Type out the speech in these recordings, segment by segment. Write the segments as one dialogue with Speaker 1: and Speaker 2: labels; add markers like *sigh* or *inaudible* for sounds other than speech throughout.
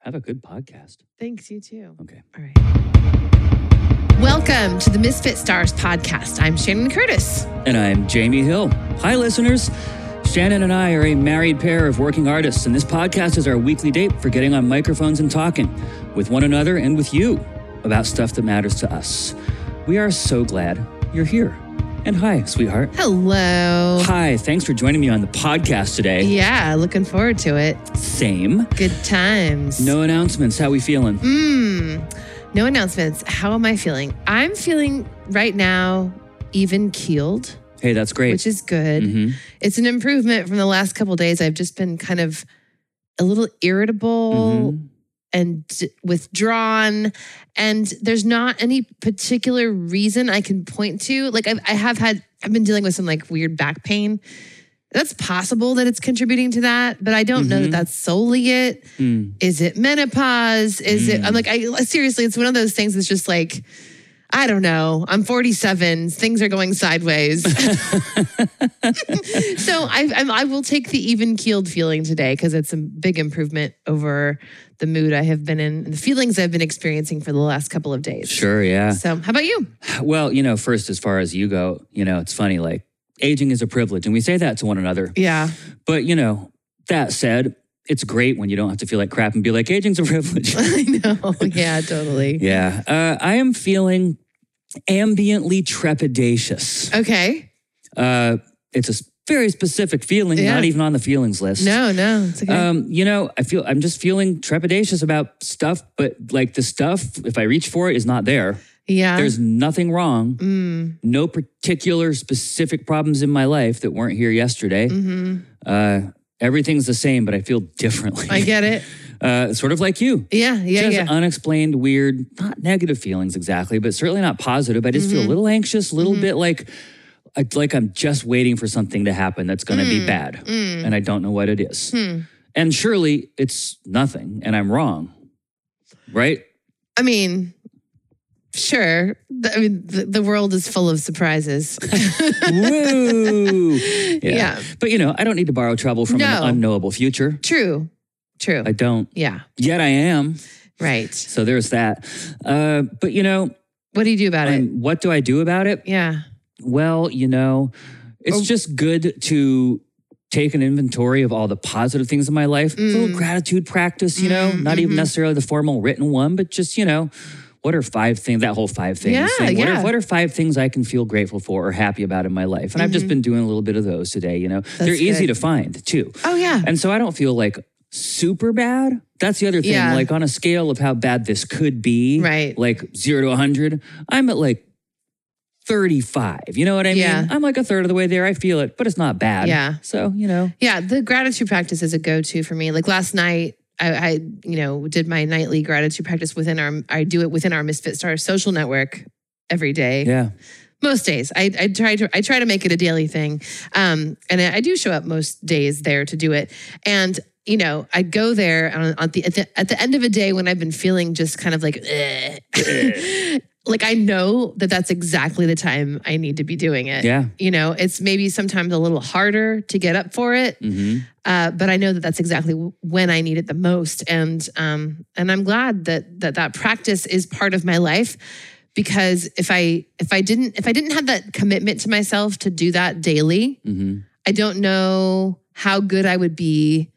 Speaker 1: Have a good podcast.
Speaker 2: Thanks, you too.
Speaker 1: Okay.
Speaker 2: All right. Welcome to the Misfit Stars podcast. I'm Shannon Curtis.
Speaker 1: And I'm Jamie Hill. Hi, listeners. Shannon and I are a married pair of working artists, and this podcast is our weekly date for getting on microphones and talking with one another and with you about stuff that matters to us. We are so glad you're here. And hi, sweetheart.
Speaker 2: Hello.
Speaker 1: Hi, thanks for joining me on the podcast today.
Speaker 2: Yeah, looking forward to it.
Speaker 1: Same.
Speaker 2: Good times.
Speaker 1: No announcements. How we feeling?
Speaker 2: Mm, no announcements. How am I feeling? I'm feeling right now even keeled,
Speaker 1: Hey, that's great.
Speaker 2: which is good.
Speaker 1: Mhm.
Speaker 2: It's an improvement from the last couple days. I've just been kind of a little irritable
Speaker 1: Mhm.
Speaker 2: and d- withdrawn. And there's not any particular reason I can point to. Like I've, I have had, I've been dealing with some like weird back pain. That's possible that it's contributing to that, but I don't know that
Speaker 1: Mhm.
Speaker 2: that's solely it.
Speaker 1: Mm.
Speaker 2: Is it menopause? Is it? I'm like, I seriously, it's one of those things that's just like, I don't know. I'm 47. Things are going
Speaker 1: *laughs*
Speaker 2: sideways. so I, I'm, I will take the even keeled feeling today because it's a big improvement over the mood I have been in and the feelings I've been experiencing for the last couple of days.
Speaker 1: Sure, yeah.
Speaker 2: So how about you?
Speaker 1: Well, you know, first, as far as you go, you know, it's funny, like aging is a privilege, and we say that to one another.
Speaker 2: Yeah.
Speaker 1: But, you know, that said, it's great when you don't have to feel like crap and be like, aging's a
Speaker 2: *laughs*
Speaker 1: privilege.
Speaker 2: *laughs* I know.
Speaker 1: *laughs*
Speaker 2: Yeah, totally.
Speaker 1: yeah. Uh, I am feeling ambiently trepidatious.
Speaker 2: Okay.
Speaker 1: Uh, it's a s- very specific feeling,
Speaker 2: Yeah.
Speaker 1: not even on the feelings list.
Speaker 2: No, no. It's okay.
Speaker 1: Um, you know, I feel I'm just feeling trepidatious about stuff, but like the stuff, if I reach for it, is not there.
Speaker 2: yeah.
Speaker 1: There's nothing wrong.
Speaker 2: Uh-huh. mm,
Speaker 1: no particular specific problems in my life that weren't here yesterday.
Speaker 2: hmm
Speaker 1: Uh, everything's the same, but I feel differently.
Speaker 2: I get it.
Speaker 1: *laughs* Uh, sort of like you.
Speaker 2: Yeah. Yeah.
Speaker 1: just
Speaker 2: yeah.
Speaker 1: unexplained, weird, not negative feelings exactly, but certainly not positive. I just feel a
Speaker 2: Mhm.
Speaker 1: little anxious, a little
Speaker 2: Mhm.
Speaker 1: bit like, I- like I'm just waiting for something to happen that's going to be
Speaker 2: Mm.
Speaker 1: bad,
Speaker 2: Mm.
Speaker 1: and I don't know what it is.
Speaker 2: Hmm.
Speaker 1: And surely it's nothing, and I'm wrong,
Speaker 2: *laughs*
Speaker 1: right?
Speaker 2: I mean, sure. The, I mean, the, the world is full of surprises. *laughs*
Speaker 1: Woo!
Speaker 2: yeah.
Speaker 1: But you know, I don't need to borrow trouble from
Speaker 2: No.
Speaker 1: an unknowable future.
Speaker 2: True. True.
Speaker 1: I don't.
Speaker 2: yeah.
Speaker 1: Yet I am.
Speaker 2: Right.
Speaker 1: So there's that. Uh, but you know,
Speaker 2: What do you do about it?
Speaker 1: and what do I do about it?
Speaker 2: Yeah.
Speaker 1: Well, you know, it's
Speaker 2: Oh.
Speaker 1: just good to take an inventory of all the positive things in my life. A
Speaker 2: Mm.
Speaker 1: little gratitude practice, you know,
Speaker 2: Mm,
Speaker 1: not even
Speaker 2: mhm.
Speaker 1: necessarily the formal written one, but just, you know, what are five things, that whole five things
Speaker 2: Yeah,
Speaker 1: thing. What,
Speaker 2: yeah.
Speaker 1: are, what are five things I can feel grateful for or happy about in my life? And I've just
Speaker 2: Mhm.
Speaker 1: been doing a little bit of those today, you know. They're
Speaker 2: That's
Speaker 1: easy to
Speaker 2: good.
Speaker 1: find too.
Speaker 2: Oh, yeah.
Speaker 1: And so I don't feel like super bad. That's the other thing.
Speaker 2: Yeah.
Speaker 1: Like on a scale of how bad this could be,
Speaker 2: Right.
Speaker 1: Like zero to 100, I'm at like 35. You know what I
Speaker 2: Yeah.
Speaker 1: mean? I'm like a third of the way there. I feel it, but it's not bad.
Speaker 2: Yeah.
Speaker 1: So, you know,
Speaker 2: Yeah. The gratitude practice is a go to for me. Like last night, I, I, you know, did my nightly gratitude practice within our, I do it within our Misfit Stars social network every day.
Speaker 1: yeah.
Speaker 2: most days I, I try to i try to make it a daily thing um, and i do show up most days there to do it and you know i go there on, on the, at the at the end of a day when i've been feeling just kind of like "Ugh." like i know that that's exactly the time i need to be doing it
Speaker 1: Yeah.
Speaker 2: you know it's maybe sometimes a little harder to get up for it
Speaker 1: hmm
Speaker 2: uh, but I know that that's exactly w- when I need it the most, and um, and I'm glad that that that practice is part of my life because if I if I didn't if I didn't have that commitment to myself to do that daily,
Speaker 1: hmm
Speaker 2: I don't know how good I would be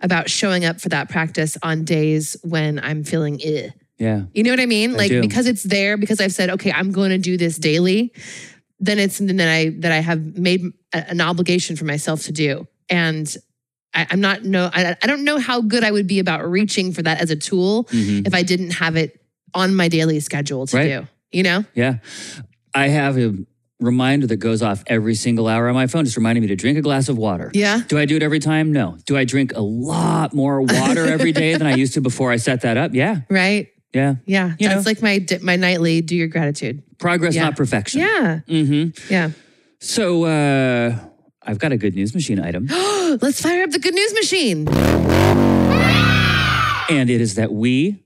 Speaker 2: about showing up for that practice on days when I'm feeling eh.
Speaker 1: Yeah.
Speaker 2: You know what I mean?
Speaker 1: I
Speaker 2: Like
Speaker 1: do.
Speaker 2: because it's there, because I've said, okay, I'm going to do this daily, then it's something that I that I have made a- an obligation for myself to do, and I, I'm not no, I, I don't know how good I would be about reaching for that as a tool
Speaker 1: hmm
Speaker 2: if I didn't have it on my daily schedule to
Speaker 1: Right.
Speaker 2: do. You know?
Speaker 1: Yeah. I have a reminder that goes off every single hour on my phone, just reminding me to drink a glass of water.
Speaker 2: Yeah.
Speaker 1: Do I do it every time? No. Do I drink a lot more water every day than I used to before I set that up? Yeah.
Speaker 2: Right.
Speaker 1: Yeah.
Speaker 2: Yeah.
Speaker 1: You
Speaker 2: That's like my di- my nightly do your gratitude.
Speaker 1: Progress,
Speaker 2: Yeah.
Speaker 1: not perfection.
Speaker 2: Yeah.
Speaker 1: hmm
Speaker 2: Yeah. *gasps*
Speaker 1: So uh, I've got a good news machine
Speaker 2: *gasps*
Speaker 1: item,
Speaker 2: Let's fire up the good news machine.
Speaker 1: and it is that we,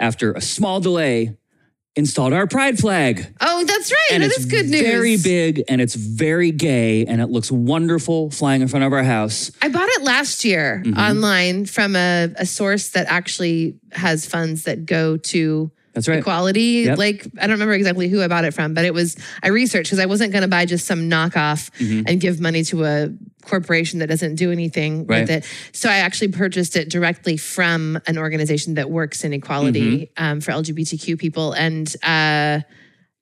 Speaker 1: after a small delay, installed our pride flag.
Speaker 2: Oh, that's right.
Speaker 1: and
Speaker 2: that
Speaker 1: it's
Speaker 2: is good news.
Speaker 1: very big and it's very gay and it looks wonderful flying in front of our house.
Speaker 2: I bought it last year
Speaker 1: Mhm.
Speaker 2: online from a, a source that actually has funds that go to
Speaker 1: That's right.
Speaker 2: equality.
Speaker 1: Yep.
Speaker 2: Like I don't remember exactly who I bought it from, but it was I researched because I wasn't going to buy just some knockoff
Speaker 1: Mhm.
Speaker 2: and give money to a corporation that doesn't do anything
Speaker 1: Right.
Speaker 2: with it. So I actually purchased it directly from an organization that works in equality
Speaker 1: Mm-hmm.
Speaker 2: um, for LGBTQ people, and uh,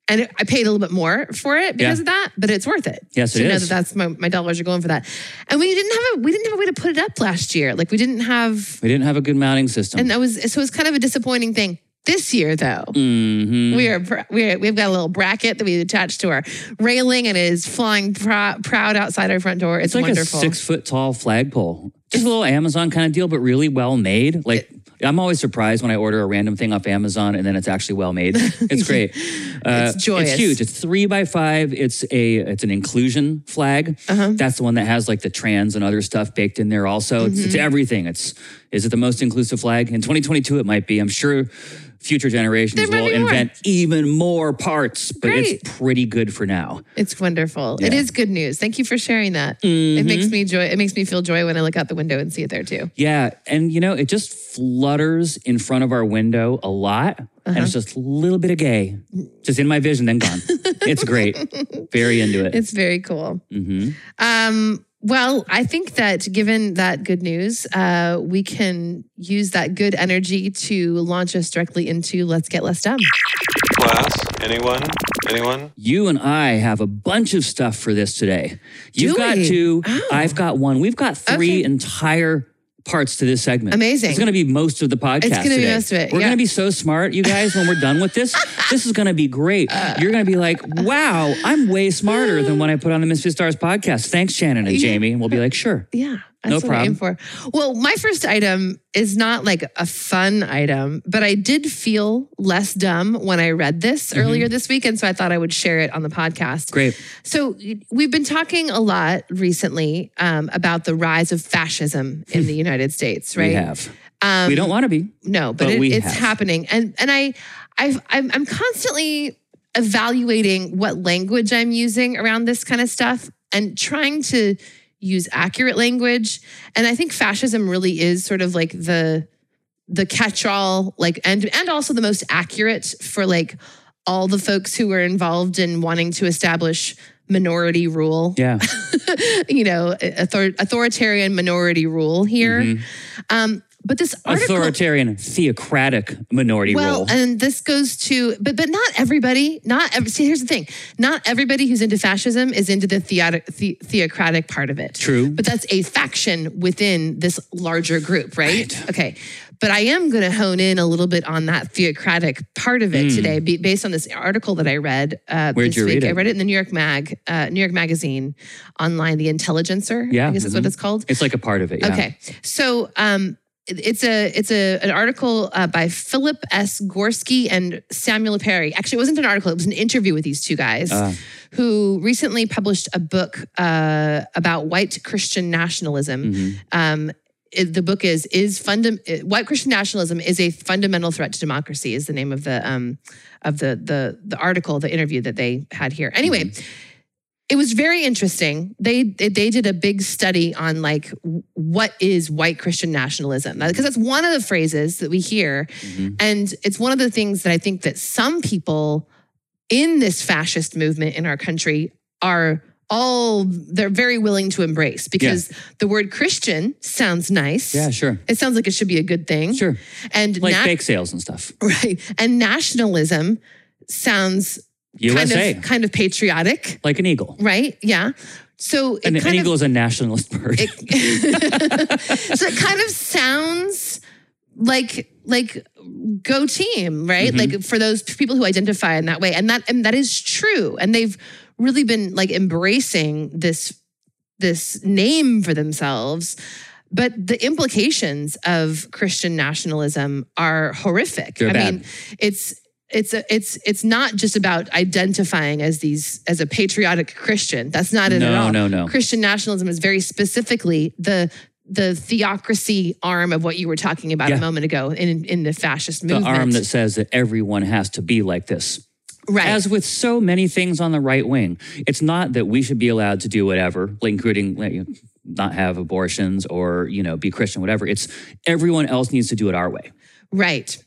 Speaker 2: and it- I paid a little bit more for it because
Speaker 1: Yeah.
Speaker 2: of that, but it's worth it.
Speaker 1: Yes,
Speaker 2: to
Speaker 1: it
Speaker 2: know
Speaker 1: is.
Speaker 2: that that's my, my dollars are going for that. And we didn't have a we didn't have a way to put it up last year. Like we didn't have,
Speaker 1: We didn't have a good mounting system.
Speaker 2: and that was so it's kind of a disappointing thing. This year, though,
Speaker 1: Mhm.
Speaker 2: we are pr- we are, we've got a little bracket that we attached to our railing and it is flying prou- proud outside our front door.
Speaker 1: It's
Speaker 2: It's,
Speaker 1: like
Speaker 2: wonderful.
Speaker 1: a six foot tall flagpole. Just a little Amazon kind of deal, but really well made. Like I'm always surprised when I order a random thing off Amazon and then it's actually well
Speaker 2: *laughs*
Speaker 1: made. It's great. Uh,
Speaker 2: joyous.
Speaker 1: It's huge. It's three by five. It's a it's an inclusion flag.
Speaker 2: Uh-huh.
Speaker 1: That's the one that has like the trans and other stuff baked in there. Also, it's,
Speaker 2: Mm-hmm.
Speaker 1: it's everything. It's is it the most inclusive flag in 2022? It might be. I'm sure future generations
Speaker 2: might
Speaker 1: will
Speaker 2: be more.
Speaker 1: invent even more parts, but
Speaker 2: Great.
Speaker 1: it's pretty good for now.
Speaker 2: It's wonderful. It
Speaker 1: Yeah. Mm-hmm.
Speaker 2: is good news. Thank you for sharing that. It makes me joy. It makes me feel joy when I look out the window and see it there too.
Speaker 1: Yeah. And, you know, it just flutters in front of our window a lot. And
Speaker 2: Uh-huh.
Speaker 1: it's just a little bit of gay, just in my vision, then gone. it's
Speaker 2: *laughs*
Speaker 1: great. Very into it.
Speaker 2: It's very cool.
Speaker 1: hmm
Speaker 2: Um, well, I think that given that good news, uh, we can use that good energy to launch us directly into let's get less dumb.
Speaker 3: Class, anyone? Anyone?
Speaker 1: You and I have a bunch of stuff for this today. You've
Speaker 2: Do
Speaker 1: got
Speaker 2: we?
Speaker 1: two,
Speaker 2: Oh.
Speaker 1: I've got one. We've got three
Speaker 2: Okay.
Speaker 1: entire parts to this segment.
Speaker 2: Amazing.
Speaker 1: It's going to be most of the podcast.
Speaker 2: It's gonna be
Speaker 1: today.
Speaker 2: most of it,
Speaker 1: We're
Speaker 2: yeah.
Speaker 1: going to be so smart, you guys, when we're done with
Speaker 2: *laughs*
Speaker 1: this. this is going to be great. You're going to be like, wow, I'm way smarter than when I put on the Misfit Stars podcast. Thanks, Shannon and Jamie. And we'll be like, sure.
Speaker 2: Yeah.
Speaker 1: No
Speaker 2: That's what I aim for. Well, my first item is not like a fun item, but I did feel less dumb when I read this earlier this week. And so I thought I would share it on the podcast.
Speaker 1: Mm-hmm. Great.
Speaker 2: So we've been talking a lot recently um, about the rise of fascism
Speaker 1: *laughs*
Speaker 2: in the United States, right?
Speaker 1: We have.
Speaker 2: Um,
Speaker 1: we don't want to be.
Speaker 2: no, but,
Speaker 1: But
Speaker 2: it,
Speaker 1: we
Speaker 2: it's
Speaker 1: have.
Speaker 2: happening, and and I, I've, I'm I'm constantly evaluating what language I'm using around this kind of stuff, and trying to use accurate language. And I think fascism really is sort of like the the catch-all, like and and also the most accurate for like all the folks who were involved in wanting to establish minority rule
Speaker 1: Yeah.
Speaker 2: *laughs* you know author- authoritarian minority rule here
Speaker 1: Mhm.
Speaker 2: um but this article
Speaker 1: Authoritarian, theocratic minority
Speaker 2: well,
Speaker 1: rule.
Speaker 2: and this goes to, but but not everybody. Not ev- see. Here's the thing: not everybody who's into fascism is into the, theotic, the theocratic part of it.
Speaker 1: True.
Speaker 2: but that's a faction within this larger group, right? Okay, but I am going to hone in a little bit on that theocratic part of it today, be, based on this article that I read uh,
Speaker 1: Hmm. Where'd
Speaker 2: this
Speaker 1: you
Speaker 2: week.
Speaker 1: read it?
Speaker 2: I read it in the New York Mag, uh, New York Magazine, online, The Intelligencer.
Speaker 1: Yeah,
Speaker 2: I guess that's what
Speaker 1: mhm.
Speaker 2: it's called.
Speaker 1: it's like a part of it. Yeah.
Speaker 2: Okay, so um, it- it's a it's a an article uh, by Philip S. Gorsky and Samuel Perry. Actually, it wasn't an article; it was an interview with these two guys
Speaker 1: Ah.
Speaker 2: who recently published a book uh, about white Christian nationalism.
Speaker 1: Mhm.
Speaker 2: Um, it- the book is is fundam- uh, white Christian nationalism is a fundamental threat to democracy is the name of the um, of the the the article the interview that they had here. Anyway, it was very interesting. They they they did a big study on like w- what is white Christian nationalism because that's one of the phrases that we hear,
Speaker 1: Mhm.
Speaker 2: and it's one of the things that I think that some people in this fascist movement in our country are all they're very willing to embrace because the word Christian sounds nice.
Speaker 1: Yeah, sure.
Speaker 2: It sounds like it should be a good thing.
Speaker 1: Sure.
Speaker 2: And
Speaker 1: Like
Speaker 2: na-
Speaker 1: bake sales and stuff.
Speaker 2: *laughs* right. And nationalism sounds
Speaker 1: USA.
Speaker 2: kind of kind of patriotic,
Speaker 1: like an eagle.
Speaker 2: right? Yeah. So it
Speaker 1: An, an
Speaker 2: kind of
Speaker 1: eagle is a nationalist bird.
Speaker 2: it, *laughs* so it kind of sounds like like go team right
Speaker 1: Mm-hmm.
Speaker 2: like for those people who identify in that way and that and that is true and they've really been like embracing this this name for themselves but the implications of christian nationalism are horrific
Speaker 1: They're
Speaker 2: i
Speaker 1: bad.
Speaker 2: mean it's it's a, it's it's not just about identifying as these as a patriotic christian that's not it at
Speaker 1: No,
Speaker 2: all
Speaker 1: no, no.
Speaker 2: Christian nationalism is very specifically the the theocracy arm of what you were talking about
Speaker 1: Yeah.
Speaker 2: a moment ago in in the fascist
Speaker 1: The
Speaker 2: movement.
Speaker 1: arm that says that everyone has to be like this.
Speaker 2: right.
Speaker 1: As with so many things on the right wing, it's not that we should be allowed to do whatever, like, including like, you know, not have abortions or you know be Christian, whatever. It's everyone else needs to do it our way.
Speaker 2: Right.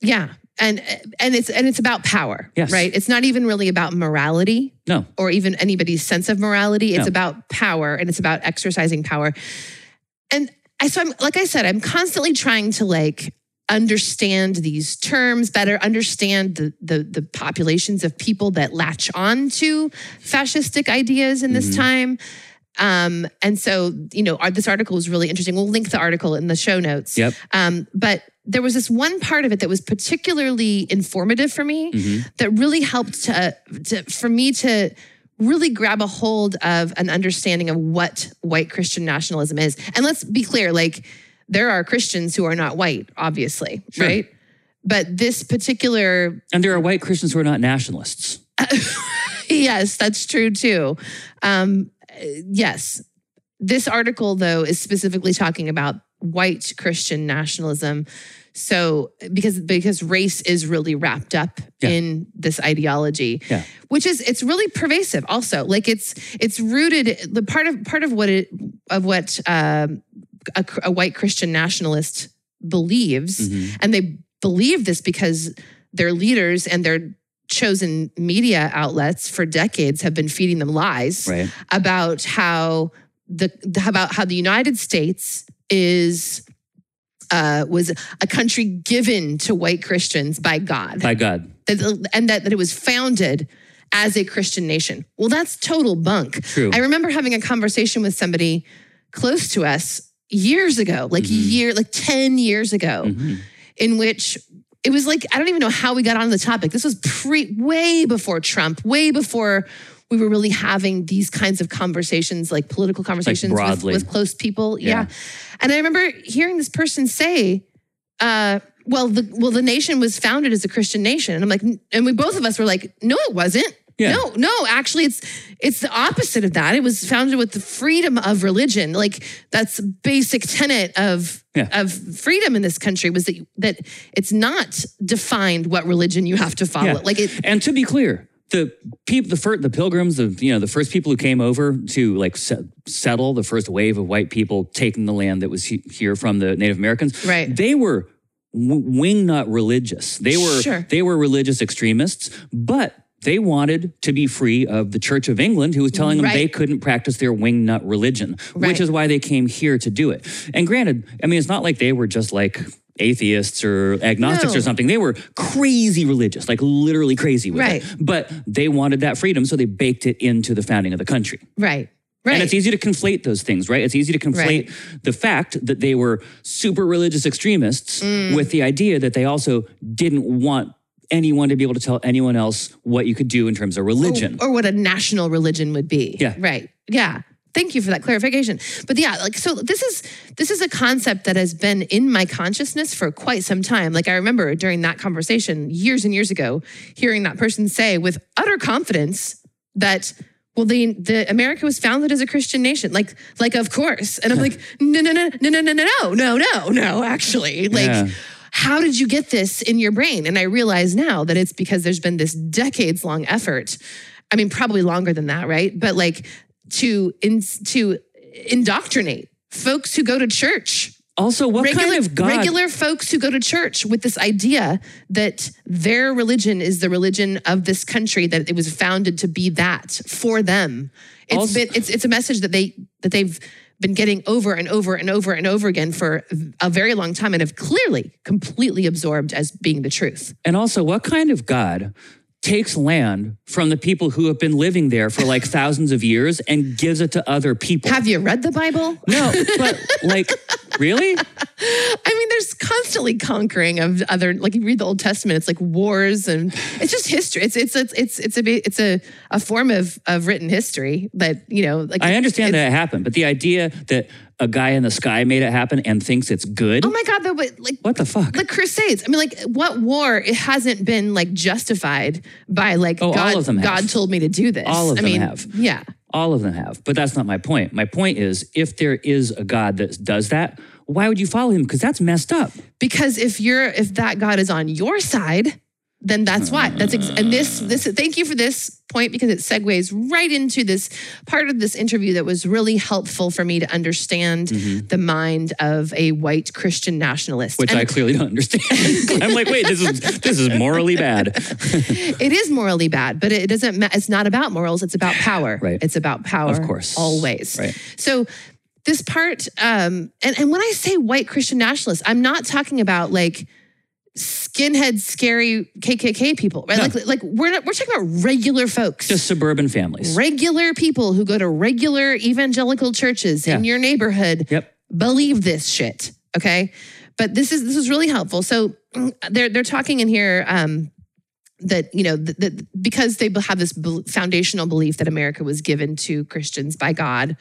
Speaker 2: Yeah. And and it's and it's about power.
Speaker 1: Yes.
Speaker 2: Right. It's not even really about morality
Speaker 1: No,
Speaker 2: or even anybody's sense of morality. It's
Speaker 1: No.
Speaker 2: about power and it's about exercising power. And I so I'm like I said, I'm constantly trying to like understand these terms better, understand the the, the populations of people that latch on to fascistic ideas in this
Speaker 1: Mhm.
Speaker 2: time. Um, and so, you know, our, this article was really interesting. We'll link the article in the show notes.
Speaker 1: Yep.
Speaker 2: Um, but there was this one part of it that was particularly informative for me
Speaker 1: Mhm.
Speaker 2: that really helped to, to for me to really grab a hold of an understanding of what white Christian nationalism is. And let's be clear, like there are Christians who are not white, obviously,
Speaker 1: Sure.
Speaker 2: right? But this particular,
Speaker 1: and there are white Christians who are not nationalists.
Speaker 2: *laughs* yes, that's true too. Um, uh, yes, this article though is specifically talking about white Christian nationalism. So because because race is really wrapped up
Speaker 1: Yeah.
Speaker 2: in this ideology.
Speaker 1: Yeah.
Speaker 2: Which is it's really pervasive also. Like it's it's rooted the part of part of what it of what um, a, cr- a white Christian nationalist believes
Speaker 1: Mhm.
Speaker 2: and they believe this because their leaders and their chosen media outlets for decades have been feeding them lies
Speaker 1: Right.
Speaker 2: about how the about how the United States is uh, was a country given to white Christians by God,
Speaker 1: By God.
Speaker 2: That- and that, that it was founded as a Christian nation. Well, that's total bunk.
Speaker 1: True.
Speaker 2: I remember having a conversation with somebody close to us years ago, like
Speaker 1: Mhm.
Speaker 2: year, like ten years ago,
Speaker 1: Mhm.
Speaker 2: in which it was like I don't even know how we got on the topic. This was pre way before Trump, way before we were really having these kinds of conversations, like political conversations with-
Speaker 1: broadly.
Speaker 2: with, close people. Yeah.
Speaker 1: Yeah.
Speaker 2: And I remember hearing this person say, uh, well, the well, the nation was founded as a Christian nation. And I'm like, n- and we both of us were like, no, it wasn't.
Speaker 1: Yeah.
Speaker 2: No, no, actually it's it's the opposite of that. It was founded with the freedom of religion. Like that's a basic tenet of
Speaker 1: Yeah.
Speaker 2: of freedom in this country was that that it's not defined what religion you have to follow.
Speaker 1: Yeah.
Speaker 2: Like it
Speaker 1: And to be clear, the people, the first, the pilgrims, the you know, the first people who came over to like se- settle the first wave of white people taking the land that was he- here from the Native Americans.
Speaker 2: Right.
Speaker 1: They were w- wingnut religious. They were
Speaker 2: Sure.
Speaker 1: they were religious extremists, but they wanted to be free of the Church of England, who was telling them
Speaker 2: Right.
Speaker 1: they couldn't practice their wingnut religion,
Speaker 2: Right.
Speaker 1: which is why they came here to do it. And granted, I mean, it's not like they were just like atheists or agnostics
Speaker 2: No.
Speaker 1: or something. They were crazy religious, like literally crazy with
Speaker 2: Right.
Speaker 1: it. But they wanted that freedom, so they baked it into the founding of the country.
Speaker 2: right. Right.
Speaker 1: And it's easy to conflate those things, right? It's easy to conflate the fact that they were super religious extremists
Speaker 2: Mm.
Speaker 1: with the idea that they also didn't want anyone to be able to tell anyone else what you could do in terms of religion.
Speaker 2: Or, or what a national religion would be.
Speaker 1: Yeah.
Speaker 2: Right. Yeah. Thank you for that clarification. But yeah, like so this is this is a concept that has been in my consciousness for quite some time. Like I remember during that conversation years and years ago hearing that person say with utter confidence that well the the America was founded as a Christian nation. Like like of course. And I'm like no no no no no no no no no no no actually. Like
Speaker 1: Yeah.
Speaker 2: how did you get this in your brain? And I realize now that it's because there's been this decades long effort. I mean, probably longer than that, right? But like to in, to indoctrinate folks who go to church,
Speaker 1: also, what
Speaker 2: Oh, regular
Speaker 1: kind of God?
Speaker 2: regular folks who go to church with this idea that their religion is the religion of this country that it was founded to be that for them. It's
Speaker 1: Also-
Speaker 2: been it's it's a message that they that they've been getting over and over and over and over again for a very long time and have clearly completely absorbed as being the truth.
Speaker 1: And also, what kind of God takes land from the people who have been living there for like *laughs* thousands of years and gives it to other people?
Speaker 2: Have you read the Bible? *laughs*
Speaker 1: no, but like, really?
Speaker 2: I mean, there's constantly conquering of other. Like you read the Old Testament, it's like wars, and it's just history. It's it's it's it's it's a ba- it's a, a form of of written history that you know. Like
Speaker 1: I understand
Speaker 2: it's-
Speaker 1: that it happened, but the idea that a guy in the sky made it happen and thinks it's good,
Speaker 2: Oh my God! Though, but like
Speaker 1: what the fuck?
Speaker 2: the Crusades. I mean, like what war? It hasn't been like justified by like
Speaker 1: Oh, all
Speaker 2: God.
Speaker 1: of them have.
Speaker 2: God told me to do this.
Speaker 1: All of
Speaker 2: I
Speaker 1: them
Speaker 2: mean,
Speaker 1: have.
Speaker 2: Yeah.
Speaker 1: All of them have. But that's not my point. My point is if there is a God that does that, why would you follow him? Because that's messed up.
Speaker 2: because if you're if that god is on your side then that's why that's ex- and this
Speaker 1: Hmm.
Speaker 2: this thank you for this point because it segues right into this part of this interview that was really helpful for me to understand the mind of a white christian nationalist
Speaker 1: Mm-hmm. Which
Speaker 2: And
Speaker 1: I clearly don't understand. *laughs* I'm like, wait, this is this is morally bad.
Speaker 2: it is morally bad but it doesn't ma- it's not about morals it's about power
Speaker 1: Right.
Speaker 2: it's about power
Speaker 1: Of course.
Speaker 2: always
Speaker 1: Right.
Speaker 2: So this part, um, and, and when I say white Christian nationalists, I'm not talking about like skinhead, scary KKK people, right?
Speaker 1: No.
Speaker 2: Like, like we're not, we're talking about regular folks,
Speaker 1: Just suburban families.
Speaker 2: regular people who go to regular evangelical churches in
Speaker 1: Yeah.
Speaker 2: your neighborhood
Speaker 1: Yep.
Speaker 2: believe this shit. Okay. But this is this is really helpful. So mm, they're they're talking in here um, that you know that, that because they have this bel- foundational belief that America was given to Christians by God.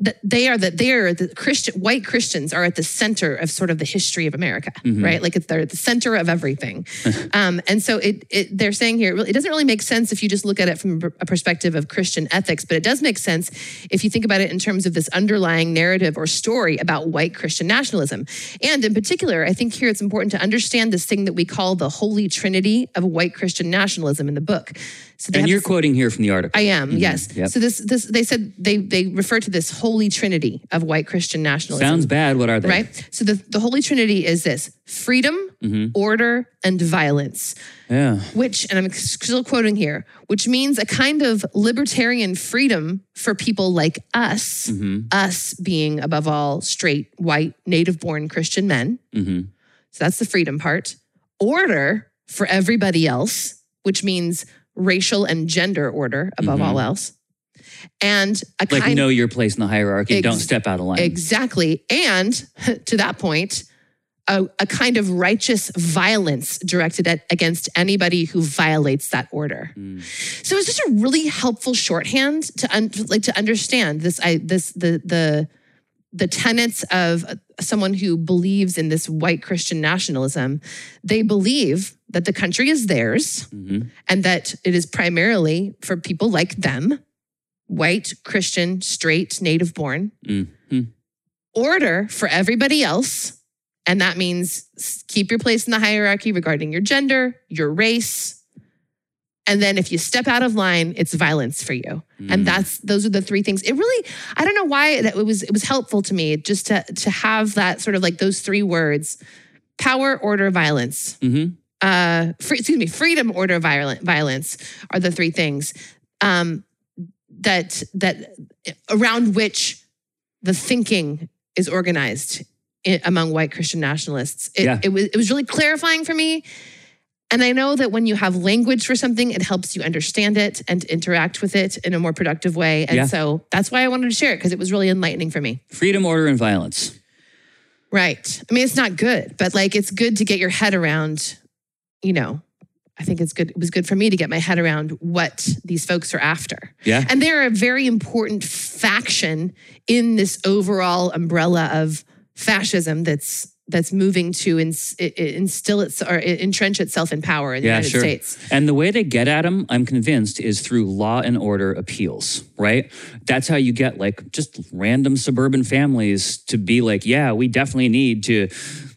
Speaker 2: That they are that they are the Christian white Christians are at the center of sort of the history of America,
Speaker 1: Mhm.
Speaker 2: right? Like it's, they're at the center of everything, um, and so it, it they're saying here it really- it doesn't really make sense if you just look at it from a perspective of Christian ethics, but it does make sense if you think about it in terms of this underlying narrative or story about white Christian nationalism. And in particular, I think here it's important to understand this thing that we call the holy trinity of white Christian nationalism in the book. So they
Speaker 1: And
Speaker 2: have
Speaker 1: you're
Speaker 2: this-
Speaker 1: quoting here from the article.
Speaker 2: I am, yes.
Speaker 1: Yep.
Speaker 2: So this this they said they they refer to this holy trinity of white Christian nationalism.
Speaker 1: Sounds bad. Mm-hmm. What are they?
Speaker 2: right? So the, the holy trinity is this freedom, order, and violence
Speaker 1: Yeah.
Speaker 2: which, and I'm still quoting here, which means a kind of libertarian freedom for people like us,
Speaker 1: Mm. Mm-hmm.
Speaker 2: us being above all straight, white, native born Christian men.
Speaker 1: hmm
Speaker 2: So that's the freedom part. Order for everybody else, which means racial and gender order above
Speaker 1: Mhm.
Speaker 2: all else. And a
Speaker 1: Like
Speaker 2: kind
Speaker 1: know your place in the hierarchy.
Speaker 2: Ex-
Speaker 1: don't step out of line.
Speaker 2: Exactly. And *laughs* to that point, a, a kind of righteous violence directed at against anybody who violates that order.
Speaker 1: Mm.
Speaker 2: So it's just a really helpful shorthand to un, like to understand this. I this the the the tenets of someone who believes in this white Christian nationalism. They believe that the country is theirs
Speaker 1: Mhm.
Speaker 2: and that it is primarily for people like them white, Christian, straight, native born.
Speaker 1: Mhm.
Speaker 2: Order for everybody else. And that means s- keep your place in the hierarchy regarding your gender, your race. And then if you step out of line, it's violence for you.
Speaker 1: Mm.
Speaker 2: And that's those are the three things. It really, I don't know why that it was it was helpful to me just to to have that sort of like those three words: power, order, violence
Speaker 1: Mhm.
Speaker 2: uh, free, excuse me, freedom, order, violent, violence are the three things um, that that around which the thinking is organized i among white Christian nationalists. It,
Speaker 1: Yeah.
Speaker 2: it was it was really clarifying for me. And I know that when you have language for something, it helps you understand it and interact with it in a more productive way. And
Speaker 1: Yeah.
Speaker 2: so that's why I wanted to share it because it was really enlightening for me.
Speaker 1: Freedom, order, and violence.
Speaker 2: Right. I mean, it's not good, but like it's good to get your head around, you know, I think it's good. It was good for me to get my head around what these folks are after.
Speaker 1: Yeah.
Speaker 2: And they're a very important faction in this overall umbrella of fascism that's that's moving to ins- i- i- instill its or entrench itself in power in the
Speaker 1: Yeah,
Speaker 2: United
Speaker 1: sure.
Speaker 2: States.
Speaker 1: And the way they get at them, I'm convinced, is through law and order appeals, right? That's how you get like just random suburban families to be like, yeah, we definitely need to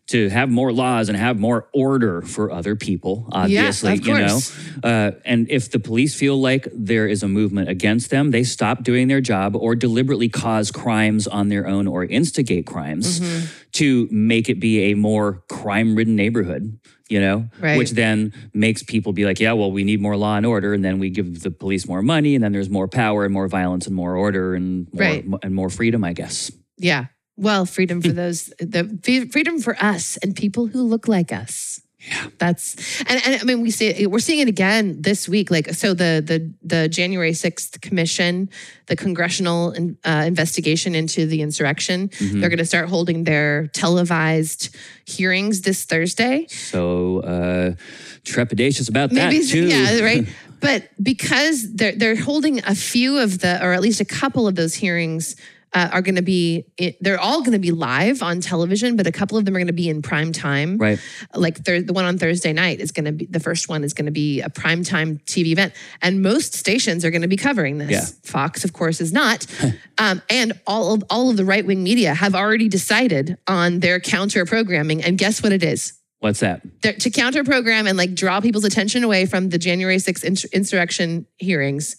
Speaker 1: to have more laws and have more order for other people obviously
Speaker 2: of
Speaker 1: you know
Speaker 2: course.
Speaker 1: uh, and if the police feel like there is a movement against them they stop doing their job or deliberately cause crimes on their own or instigate crimes
Speaker 2: Mm-hmm.
Speaker 1: to make it be a more crime-ridden neighborhood you know
Speaker 2: Right.
Speaker 1: which then makes people be like, yeah, well, we need more law and order, and then we give the police more money, and then there's more power and more violence and more order and more
Speaker 2: Right.
Speaker 1: and more freedom, I guess.
Speaker 2: Yeah. Well, freedom for those the f- freedom for us and people who look like us. Yeah. That's and, and I mean we see we're seeing it again this week like so the the the January 6th commission, the congressional in, uh, investigation into the insurrection.
Speaker 1: Mhm.
Speaker 2: They're going to start holding their televised hearings this Thursday.
Speaker 1: So uh, trepidatious about
Speaker 2: Maybe
Speaker 1: that too. *laughs*
Speaker 2: yeah, right? But because they're they're holding a few of the or at least a couple of those hearings uh, are going to be, i- they're all going to be live on television, but a couple of them are going to be in prime time.
Speaker 1: Right.
Speaker 2: Like thir- the one on Thursday night is going to be, the first one is going to be a prime time TV event. And most stations are going to be covering this.
Speaker 1: Yeah.
Speaker 2: Fox, of course,
Speaker 1: *laughs*
Speaker 2: is not. um, and all of, all of the right wing media have already decided on their counter programming. And guess what it is?
Speaker 1: What's that?
Speaker 2: They're, to counter program and like draw people's attention away from the January 6th in- insurrection hearings,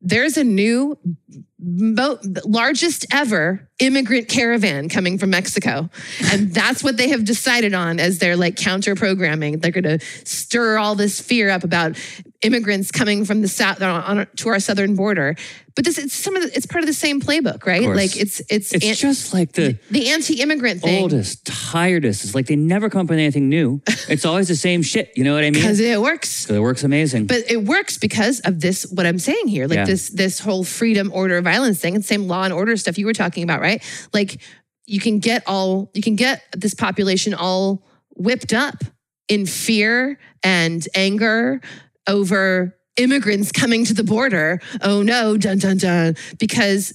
Speaker 2: there's a new, mo- largest ever immigrant caravan coming from Mexico. And that's what they have decided on as their like counter programming. They're going to stir all this fear up about immigrants coming from the south on, on, to our southern border. But this it's some of the, it's part of the same playbook, right?
Speaker 1: course.
Speaker 2: Like it's it's
Speaker 1: It's
Speaker 2: an-
Speaker 1: just like the
Speaker 2: the anti-immigrant thing
Speaker 1: oldest, tiredest. It's like they never come up with anything
Speaker 2: *laughs*
Speaker 1: new. It's always the same shit. You know what I mean?
Speaker 2: because it works.
Speaker 1: So it works amazing.
Speaker 2: but it works because of this what i'm saying here like
Speaker 1: Yeah.
Speaker 2: this this whole freedom order violence thing and same law and order stuff you were talking about right like you can get all you can get this population all whipped up in fear and anger over immigrants coming to the border oh no dun dun dun because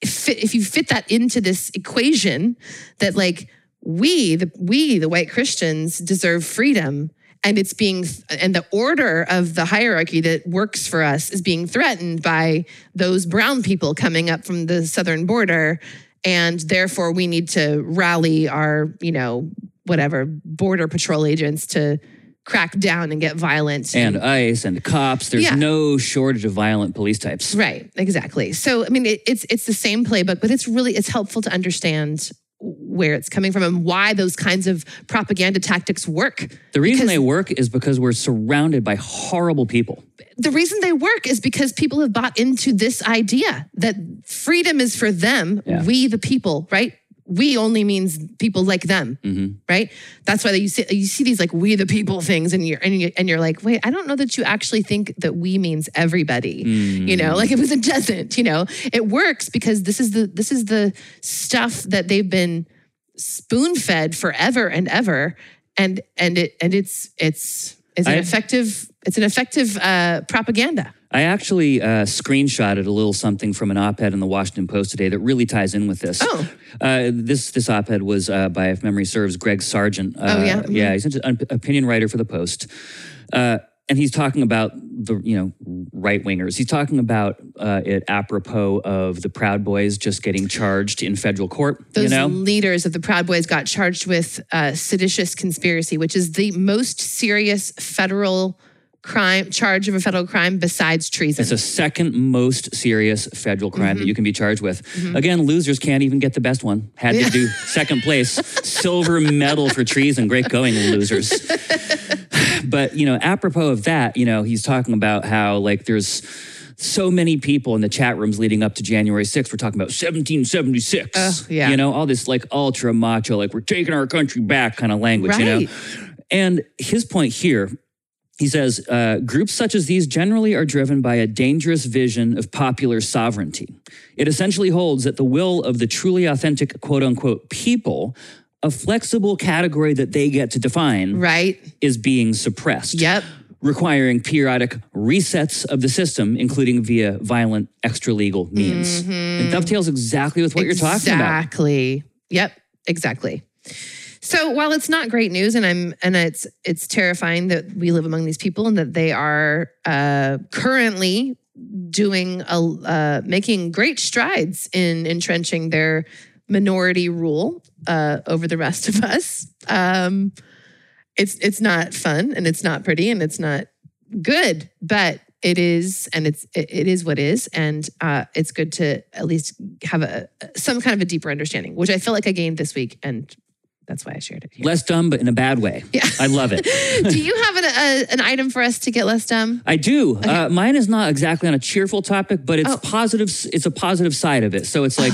Speaker 2: if, if you fit that into this equation that like we the we the white christians deserve freedom and it's being and the order of the hierarchy that works for us is being threatened by those brown people coming up from the southern border and therefore we need to rally our you know whatever border patrol agents to crack down and get violent
Speaker 1: and ICE and cops. There's
Speaker 2: Yeah.
Speaker 1: no shortage of violent police types.
Speaker 2: Right, exactly. So I mean, it, it's it's the same playbook, but it's really it's helpful to understand where it's coming from and why those kinds of propaganda tactics work.
Speaker 1: The reason
Speaker 2: Because-
Speaker 1: they work is because we're surrounded by horrible people.
Speaker 2: The reason they work is because people have bought into this idea that freedom is for them,
Speaker 1: Yeah.
Speaker 2: we the people, right? We only means people like them,
Speaker 1: Mhm.
Speaker 2: right? That's why you see you see these like we the people things, and you're and you're, and you're like, wait, I don't know that you actually think that we means everybody. you know like it was it *laughs* doesn't you know it works because this is the this is the stuff that they've been spoon fed forever and ever and and it and it's it's it's an
Speaker 1: I-
Speaker 2: effective it's an effective uh propaganda
Speaker 1: I actually uh, screenshotted a little something from an op-ed in the Washington Post today that really ties in with this.
Speaker 2: Oh.
Speaker 1: uh, this this op-ed was uh, by, if memory serves, Greg Sargent. Uh,
Speaker 2: yeah? Mhm.
Speaker 1: yeah, he's an op- opinion writer for the Post, uh, and he's talking about the you know right wingers. He's talking about uh, it apropos of the Proud Boys just getting charged in federal court.
Speaker 2: those
Speaker 1: you know,
Speaker 2: leaders of the proud boys got charged with uh, seditious conspiracy which is the most serious federal crime charge of a federal crime besides treason
Speaker 1: It's the second most serious federal crime
Speaker 2: Mm-hmm.
Speaker 1: that you can be charged with. Again, losers can't even get the best one. Had to do second
Speaker 2: *laughs*
Speaker 1: place, silver medal for treason. Great going, losers. *sighs* but you know, apropos of that, you know, he's talking about how like there's so many people in the chat rooms leading up to January 6th. We're talking about 1776.
Speaker 2: Ugh, Oh, yeah.
Speaker 1: You know, all this like ultra macho, like we're taking our country back kind of language, you know.
Speaker 2: Right.
Speaker 1: And his point here he says uh, groups such as these generally are driven by a dangerous vision of popular sovereignty. It essentially holds that the will of the truly authentic quote unquote people, a flexible category that they get to define,
Speaker 2: right
Speaker 1: is being suppressed.
Speaker 2: yep
Speaker 1: Requiring periodic resets of the system, including via violent extra legal means.
Speaker 2: Mm-hmm.
Speaker 1: And dovetails exactly with what you're talking about.
Speaker 2: Exactly. Yep, exactly. So while it's not great news and I'm and it's it's terrifying that we live among these people and that they are uh currently doing a uh making great strides in entrenching their minority rule uh over the rest of us. Um it's it's not fun and it's not pretty and it's not good, but it is and it's it it is what is and uh, it's good to at least have a some kind of a deeper understanding, which I feel like I gained this week, and that's why I shared it. Here.
Speaker 1: Less dumb, but in a bad way.
Speaker 2: Yeah.
Speaker 1: I love
Speaker 2: *laughs*
Speaker 1: it.
Speaker 2: Do you have an, a, an item for us to get less dumb?
Speaker 1: I do. Uh, mine is not exactly on a cheerful topic, but it's
Speaker 2: Oh.
Speaker 1: positive. It's a positive side of it. So it's
Speaker 2: *gasps*
Speaker 1: like,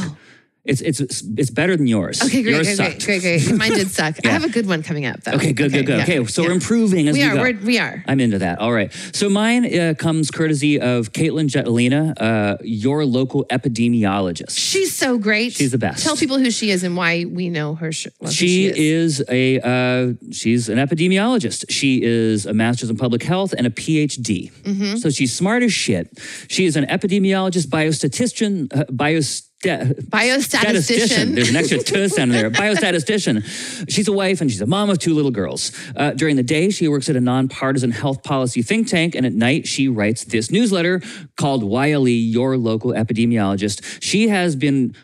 Speaker 1: it's it's it's better than yours.
Speaker 2: Okay, great,
Speaker 1: yours
Speaker 2: great,
Speaker 1: sucked.
Speaker 2: great, great, great. Mine did suck. I have a good one coming up though.
Speaker 1: Okay, good, good, good.
Speaker 2: yeah,
Speaker 1: okay, so
Speaker 2: yeah.
Speaker 1: we're improving as we,
Speaker 2: we are.
Speaker 1: go.
Speaker 2: We're, we are.
Speaker 1: I'm into that. All right. So mine uh, comes courtesy of Caitlin Jetalina, uh, your local epidemiologist.
Speaker 2: She's so great.
Speaker 1: She's the best.
Speaker 2: Tell people who she is and why we know her. Sh- well, who
Speaker 1: she
Speaker 2: she is.
Speaker 1: is. a uh, she's an epidemiologist. She is a master's in public health and a
Speaker 2: Mm-hmm.
Speaker 1: PhD. So she's smart as shit. She is an epidemiologist, biostatistician, uh, bios. de- statistician.
Speaker 2: Biostatistician.
Speaker 1: There's an extra t sound
Speaker 2: *laughs*
Speaker 1: in there. Biostatistician. She's a wife and she's a mom of two little girls. Uh, during the day, she works at a nonpartisan health policy think tank, and at night, she writes this newsletter called Wiley, Your Local Epidemiologist. She has been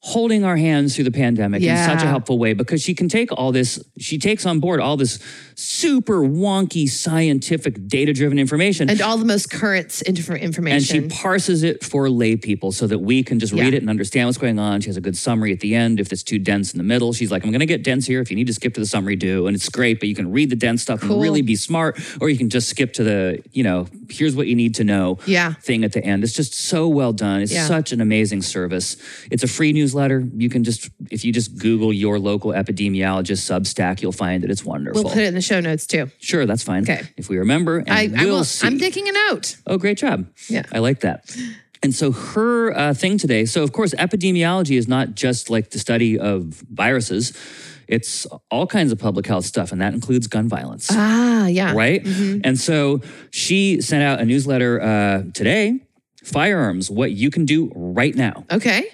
Speaker 1: holding our hands through the pandemic in such a
Speaker 2: Yeah.
Speaker 1: helpful way because she can take all this she takes on board all this super wonky scientific data driven information
Speaker 2: And all the most current inf-
Speaker 1: and she
Speaker 2: information.
Speaker 1: parses it for lay people so that we can just read
Speaker 2: Yeah.
Speaker 1: it and understand what's going on. She has a good summary at the end. If it's too dense in the middle, she's like, I'm going to get dense here. If you need to skip to the summary, do. And it's great, but you can read the dense stuff and
Speaker 2: Cool.
Speaker 1: really be smart, or you can just skip to the, you know, here's what you need to know
Speaker 2: yeah.
Speaker 1: thing at the end. It's just so well done. It's
Speaker 2: Yeah.
Speaker 1: such an amazing service. It's a free newsletter. You can just, if you just Google your local epidemiologist Substack, you'll find that it's wonderful.
Speaker 2: We'll put it in the show notes too.
Speaker 1: sure, that's fine.
Speaker 2: Okay.
Speaker 1: If we remember, and
Speaker 2: I, I
Speaker 1: we'll
Speaker 2: will,
Speaker 1: see.
Speaker 2: I'm taking a note.
Speaker 1: Oh, great job.
Speaker 2: Yeah.
Speaker 1: I like that. And so her uh, thing today, so of course, epidemiology is not just like the study of viruses, it's all kinds of public health stuff, and that includes gun violence,
Speaker 2: Ah, yeah.
Speaker 1: right? And so she sent out a newsletter uh, today firearms, what you can do right now.
Speaker 2: Okay.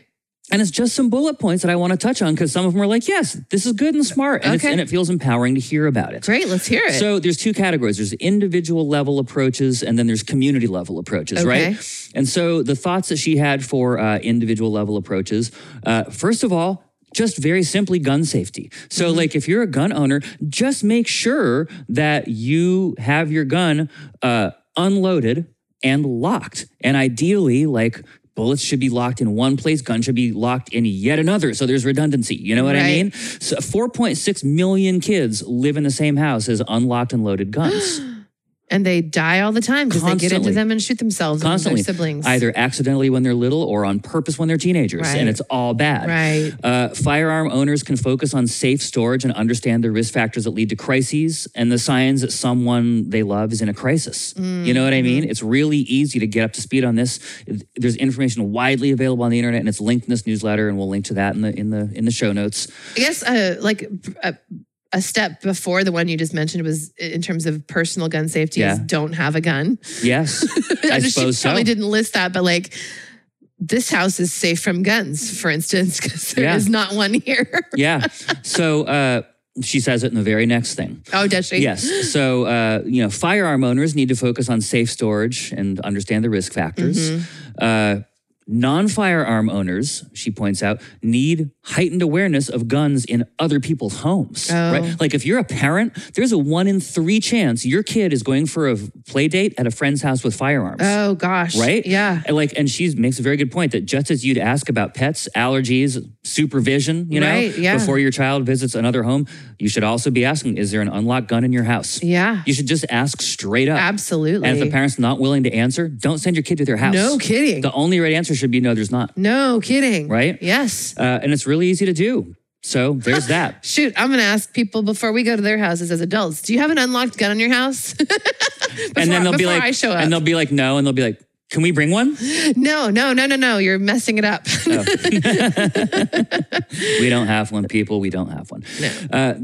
Speaker 1: And it's just some bullet points that I want to touch on because some of them are like, yes, this is good and smart, and, it's,
Speaker 2: Okay.
Speaker 1: and it feels empowering to hear about it.
Speaker 2: Great. Let's hear it.
Speaker 1: So there's two categories. There's individual level approaches, and then there's community level approaches,
Speaker 2: Okay.
Speaker 1: right? And so the thoughts that she had for uh, individual level approaches, uh, first of all, just very simply gun safety. So, like, if you're a gun owner, just make sure that you have your gun uh, unloaded and locked, and ideally, like. Bullets should be locked in one place, gun should be locked in yet another. So there's redundancy. You know what I
Speaker 2: Right.
Speaker 1: mean? So 4.6 million kids live in the same house as unlocked and loaded guns,
Speaker 2: and they die all the time because they get
Speaker 1: Constantly.
Speaker 2: into them and shoot themselves
Speaker 1: Constantly.
Speaker 2: and their siblings.
Speaker 1: either accidentally when they're little or on purpose when they're teenagers.
Speaker 2: Right.
Speaker 1: And it's all bad.
Speaker 2: Right.
Speaker 1: Uh, firearm owners can focus on safe storage and understand the risk factors that lead to crises and the signs that someone they love is in a crisis. You know what I
Speaker 2: Mm-hmm.
Speaker 1: mean? It's really easy to get up to speed on this. There's information widely available on the internet, and it's linked in this newsletter, and we'll link to that in the in the in the show notes.
Speaker 2: I guess uh, like a, a step before the one you just mentioned was in terms of personal gun safety is
Speaker 1: Yeah.
Speaker 2: don't have a gun.
Speaker 1: Yes, *laughs* I
Speaker 2: know she
Speaker 1: suppose so.
Speaker 2: probably didn't list that, but like this house is safe from guns, for instance, *laughs* because there is
Speaker 1: Yeah.
Speaker 2: not one here. *laughs*
Speaker 1: yeah. So uh, she says it in the very next thing.
Speaker 2: oh, does she?
Speaker 1: Yes. So, uh, you know, firearm owners need to focus on safe storage and understand the risk factors. Uh, non firearm owners, she points out, need heightened awareness of guns in other people's homes.
Speaker 2: Oh.
Speaker 1: Right? Like, if you're a parent, there's a one in three chance your kid is going for a play date at a friend's house with firearms.
Speaker 2: Oh gosh.
Speaker 1: Right?
Speaker 2: Yeah.
Speaker 1: And like, and she makes a very good point that just as you'd ask about pets, allergies, supervision, you know,
Speaker 2: Right, yeah.
Speaker 1: before your child visits another home, you should also be asking, is there an unlocked gun in your house?
Speaker 2: Yeah.
Speaker 1: You should just ask straight up.
Speaker 2: Absolutely.
Speaker 1: And if the parent's not willing to answer, don't send your kid to their house.
Speaker 2: No kidding.
Speaker 1: The only right answer should be no, there's not.
Speaker 2: no kidding.
Speaker 1: Right?
Speaker 2: Yes.
Speaker 1: Uh, and it's really easy to do. So there's that.
Speaker 2: Shoot, I'm gonna ask people before we go to their houses as adults. Do you have an unlocked gun in your house? *laughs*
Speaker 1: and then
Speaker 2: *laughs* Before-
Speaker 1: they'll be
Speaker 2: before
Speaker 1: like,
Speaker 2: I show up.
Speaker 1: and they'll be like, no, and they'll be like, can we bring one?
Speaker 2: no, no, no, no, no. You're messing it up.
Speaker 1: Oh. we don't have one, people. We don't have one. Uh,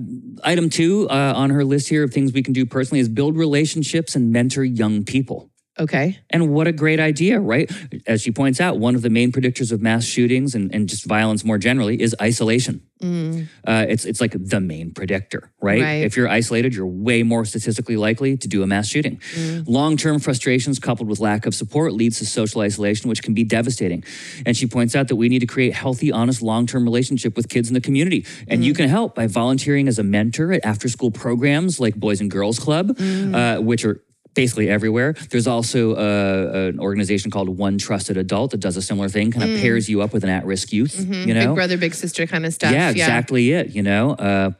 Speaker 1: item two uh, on her list here of things we can do personally is build relationships and mentor young people.
Speaker 2: *laughs* okay.
Speaker 1: And what a great idea, right? As she points out, one of the main predictors of mass shootings and, and just violence more generally is isolation. Uh, it's it's like the main predictor, right?
Speaker 2: Right.
Speaker 1: If you're isolated, you're way more statistically likely to do a mass shooting. Long term frustrations coupled with lack of support leads to social isolation, which can be devastating. And she points out that we need to create healthy, honest, long term relationship with kids in the community. And you can help by volunteering as a mentor at after school programs like Boys and Girls Club, uh, which are basically everywhere. There's also uh, an organization called One Trusted Adult that does a similar thing, kind of pairs you up with an at risk youth. You know,
Speaker 2: Mm-hmm. Big brother, big sister kind of stuff.
Speaker 1: yeah, exactly it. You know, uh,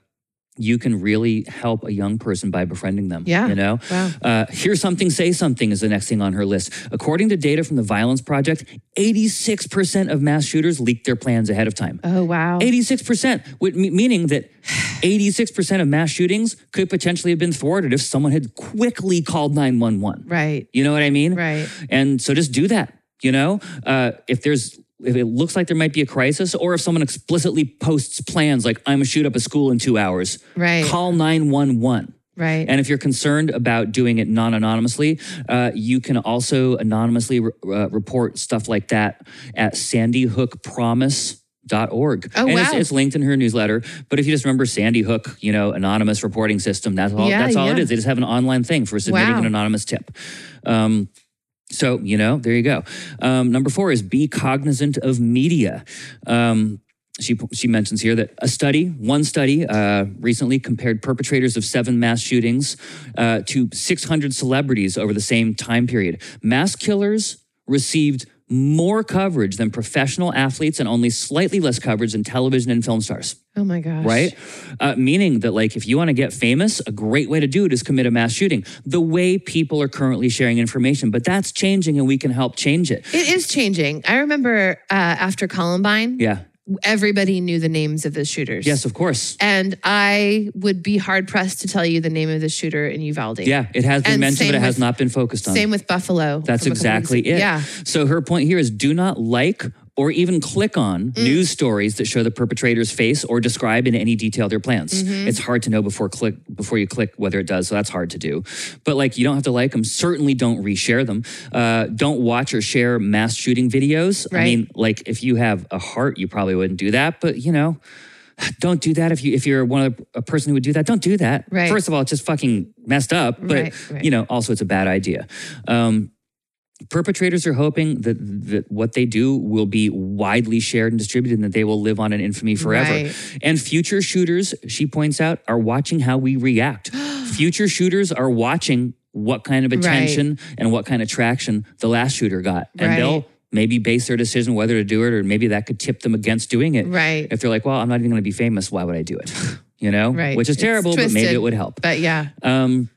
Speaker 1: you can really help a young person by befriending them.
Speaker 2: Yeah.
Speaker 1: You know,
Speaker 2: Wow.
Speaker 1: uh, hear something, say something is the next thing on her list. According to data from the Violence Project, 86% of mass shooters leak their plans ahead of time.
Speaker 2: Oh wow.
Speaker 1: 86%, which me- meaning that 86% of mass shootings could potentially have been thwarted if someone had quickly called 911.
Speaker 2: Right.
Speaker 1: You know what I mean?
Speaker 2: Right.
Speaker 1: And so just do that. You know, uh, if there's if it looks like there might be a crisis, or if someone explicitly posts plans like "I'm gonna shoot up a school in two hours,"
Speaker 2: Right.
Speaker 1: call nine one one.
Speaker 2: Right.
Speaker 1: And if you're concerned about doing it non anonymously, uh, you can also anonymously re- uh, report stuff like that at sandyhookpromise.org.
Speaker 2: Oh,
Speaker 1: and it's,
Speaker 2: wow.
Speaker 1: it's linked in her newsletter. But if you just remember Sandy Hook, you know, anonymous reporting system, that's all,
Speaker 2: Yeah,
Speaker 1: that's all it
Speaker 2: yeah.
Speaker 1: is. They just have an online thing for submitting
Speaker 2: Wow.
Speaker 1: an anonymous tip. Um, so, you know, there you go. Um, number four is be cognizant of media. Um, she, she mentions here that a study, one study uh, recently compared perpetrators of seven mass shootings uh, to 600 celebrities over the same time period. Mass killers received more coverage than professional athletes and only slightly less coverage than television and film stars
Speaker 2: oh my gosh.
Speaker 1: right? Uh, meaning that, like, if you want to get famous, a great way to do it is commit a mass shooting. The way people are currently sharing information, but that's changing, and we can help change it.
Speaker 2: It is changing. I remember uh, after Columbine,
Speaker 1: Yeah.
Speaker 2: everybody knew the names of the shooters.
Speaker 1: Yes, of course.
Speaker 2: And I would be hard pressed to tell you the name of the shooter in Uvalde.
Speaker 1: Yeah, it has been
Speaker 2: And
Speaker 1: mentioned,
Speaker 2: same
Speaker 1: but it has
Speaker 2: with-
Speaker 1: not been focused on.
Speaker 2: Same with Buffalo.
Speaker 1: That's
Speaker 2: from a couple
Speaker 1: exactly
Speaker 2: weeks ago.
Speaker 1: it.
Speaker 2: Yeah.
Speaker 1: So her point here is do not like or even click on
Speaker 2: Mm.
Speaker 1: news stories that show the perpetrator's face or describe in any detail their plans.
Speaker 2: Mm-hmm.
Speaker 1: It's hard to know before click before you click whether it does, so that's hard to do. But like you don't have to like them. Certainly don't reshare them. Uh, don't watch or share mass shooting videos. I
Speaker 2: Right.
Speaker 1: mean, like if you have a heart, you probably wouldn't do that. But you know, don't do that if you if you're one of the, a person who would do that. Don't do that.
Speaker 2: Right.
Speaker 1: First of all, it's just fucking messed up. But
Speaker 2: Right, right.
Speaker 1: you know, also it's a bad idea. Um, perpetrators are hoping that, that what they do will be widely shared and distributed and that they will live on in infamy forever.
Speaker 2: Right.
Speaker 1: And future shooters, she points out, are watching how we react.
Speaker 2: *gasps*
Speaker 1: future shooters are watching what kind of attention and what kind of traction the last shooter got. And
Speaker 2: Right.
Speaker 1: they'll maybe base their decision whether to do it or maybe that could tip them against doing it.
Speaker 2: Right.
Speaker 1: If they're like, well, I'm not even going to be famous, why would I do it? *laughs* You know?
Speaker 2: Right.
Speaker 1: Which is
Speaker 2: It's
Speaker 1: terrible, but maybe
Speaker 2: twisted.
Speaker 1: it would help.
Speaker 2: But yeah.
Speaker 1: Um,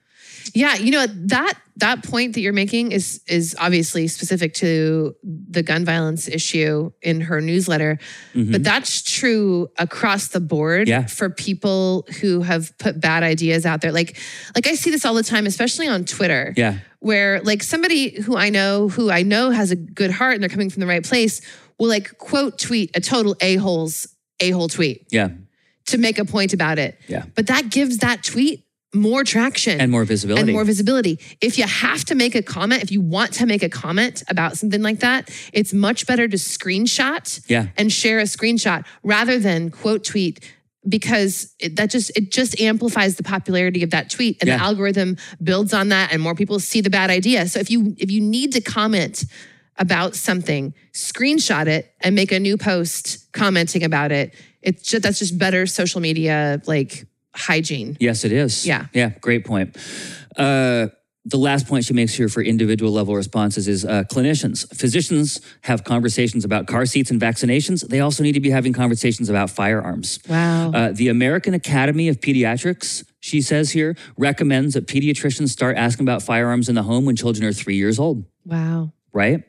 Speaker 2: Yeah, you know that that point that you're making is is obviously specific to the gun violence issue in her newsletter,
Speaker 1: mhm.
Speaker 2: but that's true across the board
Speaker 1: Yeah.
Speaker 2: for people who have put bad ideas out there. Like like I see this all the time especially on Twitter
Speaker 1: yeah.
Speaker 2: where like somebody who I know who I know has a good heart and they're coming from the right place will like quote tweet a total a-hole's a-hole tweet
Speaker 1: Yeah.
Speaker 2: to make a point about it.
Speaker 1: Yeah.
Speaker 2: But that gives that tweet more traction
Speaker 1: And more visibility.
Speaker 2: and more visibility. If you have to make a comment, if you want to make a comment about something like that, it's much better to screenshot
Speaker 1: yeah.
Speaker 2: and share a screenshot rather than quote tweet because it, that just it just amplifies the popularity of that tweet and
Speaker 1: Yeah.
Speaker 2: the algorithm builds on that and more people see the bad idea. So if you if you need to comment about something, screenshot it and make a new post commenting about it. It's just that's just better social media like hygiene.
Speaker 1: Yes, it is.
Speaker 2: Yeah.
Speaker 1: Yeah. Great point. Uh, the last point she makes here for individual level responses is uh, clinicians. Physicians have conversations about car seats and vaccinations. They also need to be having conversations about firearms.
Speaker 2: Wow.
Speaker 1: Uh, the American Academy of Pediatrics, she says here, recommends that pediatricians start asking about firearms in the home when children are three years old,
Speaker 2: wow.
Speaker 1: right?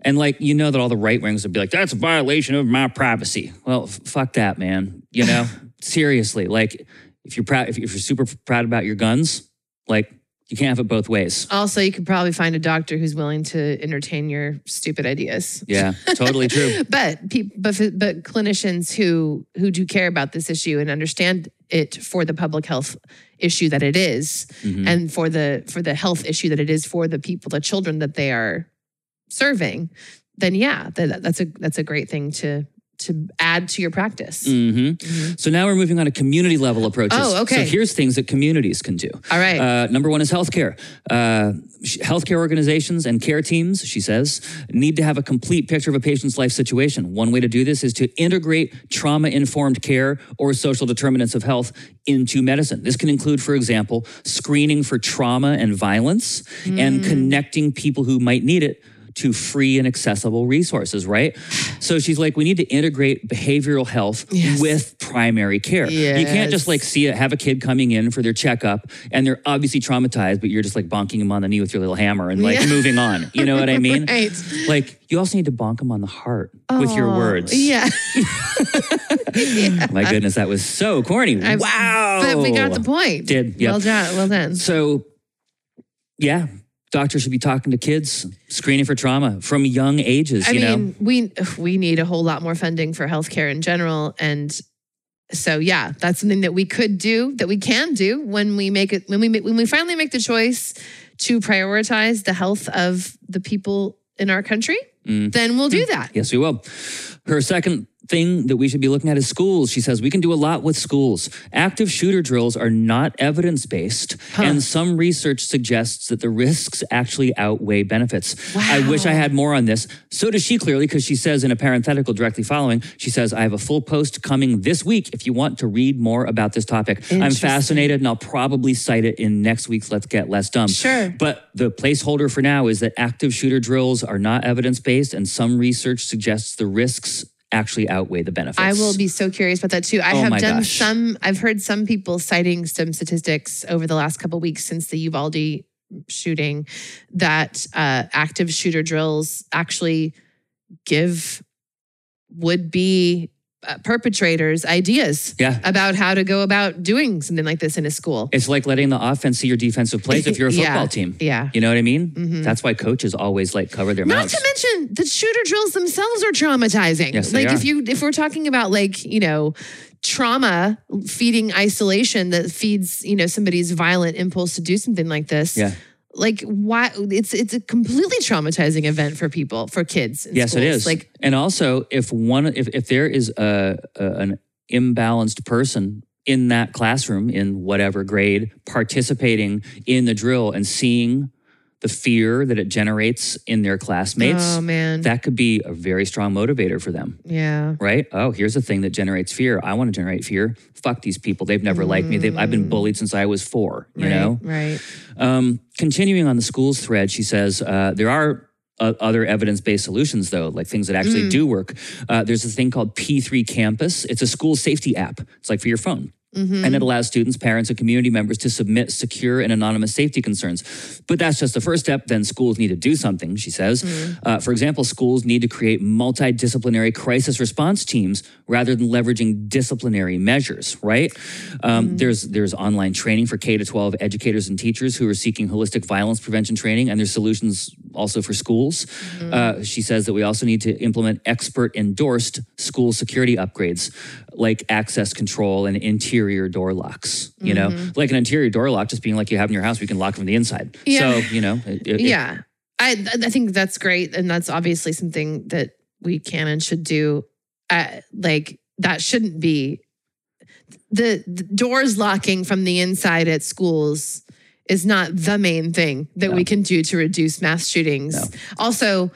Speaker 1: And like, you know that all the right wings would be like, that's a violation of my privacy. Well, f- fuck that, man. You
Speaker 2: *laughs*
Speaker 1: know, seriously, like if you're proud, if you're super proud about your guns, like you can't have it both ways.
Speaker 2: Also, you could probably find a doctor who's willing to entertain your stupid ideas.
Speaker 1: Yeah, totally
Speaker 2: *laughs*
Speaker 1: true.
Speaker 2: But peop but but clinicians who who do care about this issue and understand it for the public health issue that it is,
Speaker 1: Mhm.
Speaker 2: and for the for the health issue that it is for the people, the children that they are serving, then yeah, that, that's a that's a great thing to to add to your practice.
Speaker 1: hmm So now we're moving on to community level approaches.
Speaker 2: Mm-hmm. Oh, okay.
Speaker 1: So here's things that communities can do.
Speaker 2: All right.
Speaker 1: Uh, number one is healthcare. Uh, sh- healthcare organizations and care teams, she says, need to have a complete picture of a patient's life situation. One way to do this is to integrate trauma informed care or social determinants of health into medicine. This can include, for example, screening for trauma and violence and
Speaker 2: Mm.
Speaker 1: connecting people who might need it to free and accessible resources, right? So she's like, we need to integrate behavioral health
Speaker 2: Yes.
Speaker 1: with primary care. You can't just
Speaker 2: Yes.
Speaker 1: like see it, have a kid coming in for their checkup and they're obviously traumatized, but you're just like bonking them on the knee with your little hammer and like
Speaker 2: Yeah.
Speaker 1: moving on. You know what I mean?
Speaker 2: *laughs* right.
Speaker 1: Like you also need to bonk them on the heart with your
Speaker 2: Aw,
Speaker 1: words.
Speaker 2: Yeah. *laughs*
Speaker 1: My goodness, that was so corny.
Speaker 2: I'm-
Speaker 1: wow.
Speaker 2: But we got the point.
Speaker 1: Oh, Did, yep.
Speaker 2: Well done. Well done.
Speaker 1: So, yeah, doctors should be talking to kids, screening for trauma from young ages.
Speaker 2: I
Speaker 1: you know,
Speaker 2: mean, we we need a whole lot more funding for healthcare in general, and so yeah, that's something that we could do that we can do when we make it when we ma- when we finally make the choice to prioritize the health of the people in our country.
Speaker 1: Mm.
Speaker 2: Then we'll do that.
Speaker 1: Yes, we will. Her second thing that we should be looking at is schools. She says we can do a lot with schools. Active shooter drills are not evidence based,
Speaker 2: Huh.
Speaker 1: and some research suggests that the risks actually outweigh benefits. I wish I
Speaker 2: Wow.
Speaker 1: had more on this. So does she clearly, because she says in a parenthetical directly following, she says, I have a full post coming this week if you want to read more about this topic. I'm
Speaker 2: Interesting.
Speaker 1: fascinated, and I'll probably cite it in next week's Let's Get Less Dumb.
Speaker 2: Sure.
Speaker 1: But the placeholder for now is that active shooter drills are not evidence based, and some research suggests the risks actually outweigh the benefits.
Speaker 2: I will be so curious about that too. I
Speaker 1: Oh
Speaker 2: have
Speaker 1: my
Speaker 2: done
Speaker 1: gosh.
Speaker 2: some. I've heard some people citing some statistics over the last couple weeks since the Uvalde shooting that uh, active shooter drills actually give would be uh, perpetrators ideas
Speaker 1: Yeah.
Speaker 2: about how to go about doing something like this in a school.
Speaker 1: It's like letting the offense see your defensive plays if you're a
Speaker 2: *laughs* Yeah.
Speaker 1: football team.
Speaker 2: yeah.
Speaker 1: You know what I mean?
Speaker 2: Mhm.
Speaker 1: That's why coaches always like cover their
Speaker 2: Not
Speaker 1: mouths.
Speaker 2: to mention the shooter drills themselves are traumatizing.
Speaker 1: Yes, they
Speaker 2: like
Speaker 1: are.
Speaker 2: if you if we're talking about like, you know, trauma feeding isolation that feeds, you know, somebody's violent impulse to do something like this.
Speaker 1: Yeah.
Speaker 2: Like why it's it's a completely traumatizing event for people, for kids. in
Speaker 1: yes, it
Speaker 2: schools.
Speaker 1: is.
Speaker 2: Like
Speaker 1: and also, if one, if, if there is a, a an imbalanced person in that classroom in whatever grade participating in the drill and seeing the fear that it generates in their classmates,
Speaker 2: oh man.
Speaker 1: that could be a very strong motivator for them
Speaker 2: yeah.
Speaker 1: right oh here's a thing that generates fear i want to generate fear fuck these people they've never liked me they've, i've been
Speaker 2: Mm.
Speaker 1: bullied since i was four you
Speaker 2: right,
Speaker 1: know
Speaker 2: Right.
Speaker 1: um, continuing on the schools thread she says uh, there are uh, other evidence-based solutions though like things that actually
Speaker 2: Mm.
Speaker 1: do work uh, there's a thing called p3 campus it's a school safety app it's like for your phone
Speaker 2: Mhm.
Speaker 1: and it allows students, parents, and community members to submit secure and anonymous safety concerns. But that's just the first step. Then schools need to do something, she says. Uh, for example, schools need to create multidisciplinary crisis response teams rather than leveraging disciplinary measures. Right? Um, There's there's online training for K to 12 educators and teachers who are seeking holistic violence prevention training, and there's solutions also for schools. Uh, she says that we also need to implement expert endorsed school security upgrades like access control and interior door locks. You
Speaker 2: Mm-hmm.
Speaker 1: know, like an interior door lock just being like you have in your house, we can lock from the inside.
Speaker 2: Yeah.
Speaker 1: So, you know, it- it-
Speaker 2: yeah I, th- I think that's great and that's obviously something that we can and should do uh, like that shouldn't be the, the doors locking from the inside at schools is not the main thing that
Speaker 1: No.
Speaker 2: we can do to reduce mass shootings
Speaker 1: No.
Speaker 2: also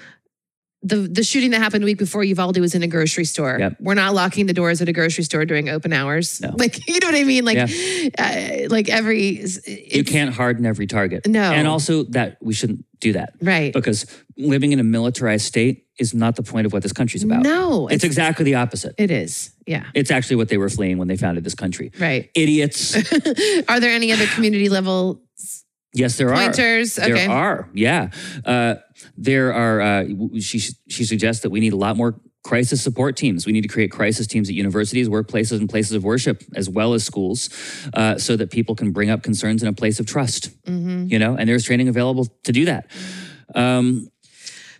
Speaker 2: the, the shooting that happened the week before Uvalde was in a grocery store.
Speaker 1: Yep.
Speaker 2: We're not locking the doors at a grocery store during open hours.
Speaker 1: No.
Speaker 2: *laughs* Like you know what I mean? Like, uh, like every
Speaker 1: you can't harden every target.
Speaker 2: No.
Speaker 1: And also that we shouldn't do that
Speaker 2: right.
Speaker 1: because living in a militarized state is not the point of what this country's about.
Speaker 2: No,
Speaker 1: It's exactly the opposite.
Speaker 2: It is. Yeah.
Speaker 1: It's actually what they were fleeing when they founded this country.
Speaker 2: Right. *laughs*
Speaker 1: Idiots.
Speaker 2: are there any other community level
Speaker 1: yes, there are.
Speaker 2: pointers?
Speaker 1: There
Speaker 2: okay.
Speaker 1: are, yeah. Uh, there are. Uh, w- she she suggests that we need a lot more crisis support teams. We need to create crisis teams at universities, workplaces, and places of worship, as well as schools, uh, so that people can bring up concerns in a place of trust.
Speaker 2: Mhm.
Speaker 1: You know, and there's training available to do that. Um,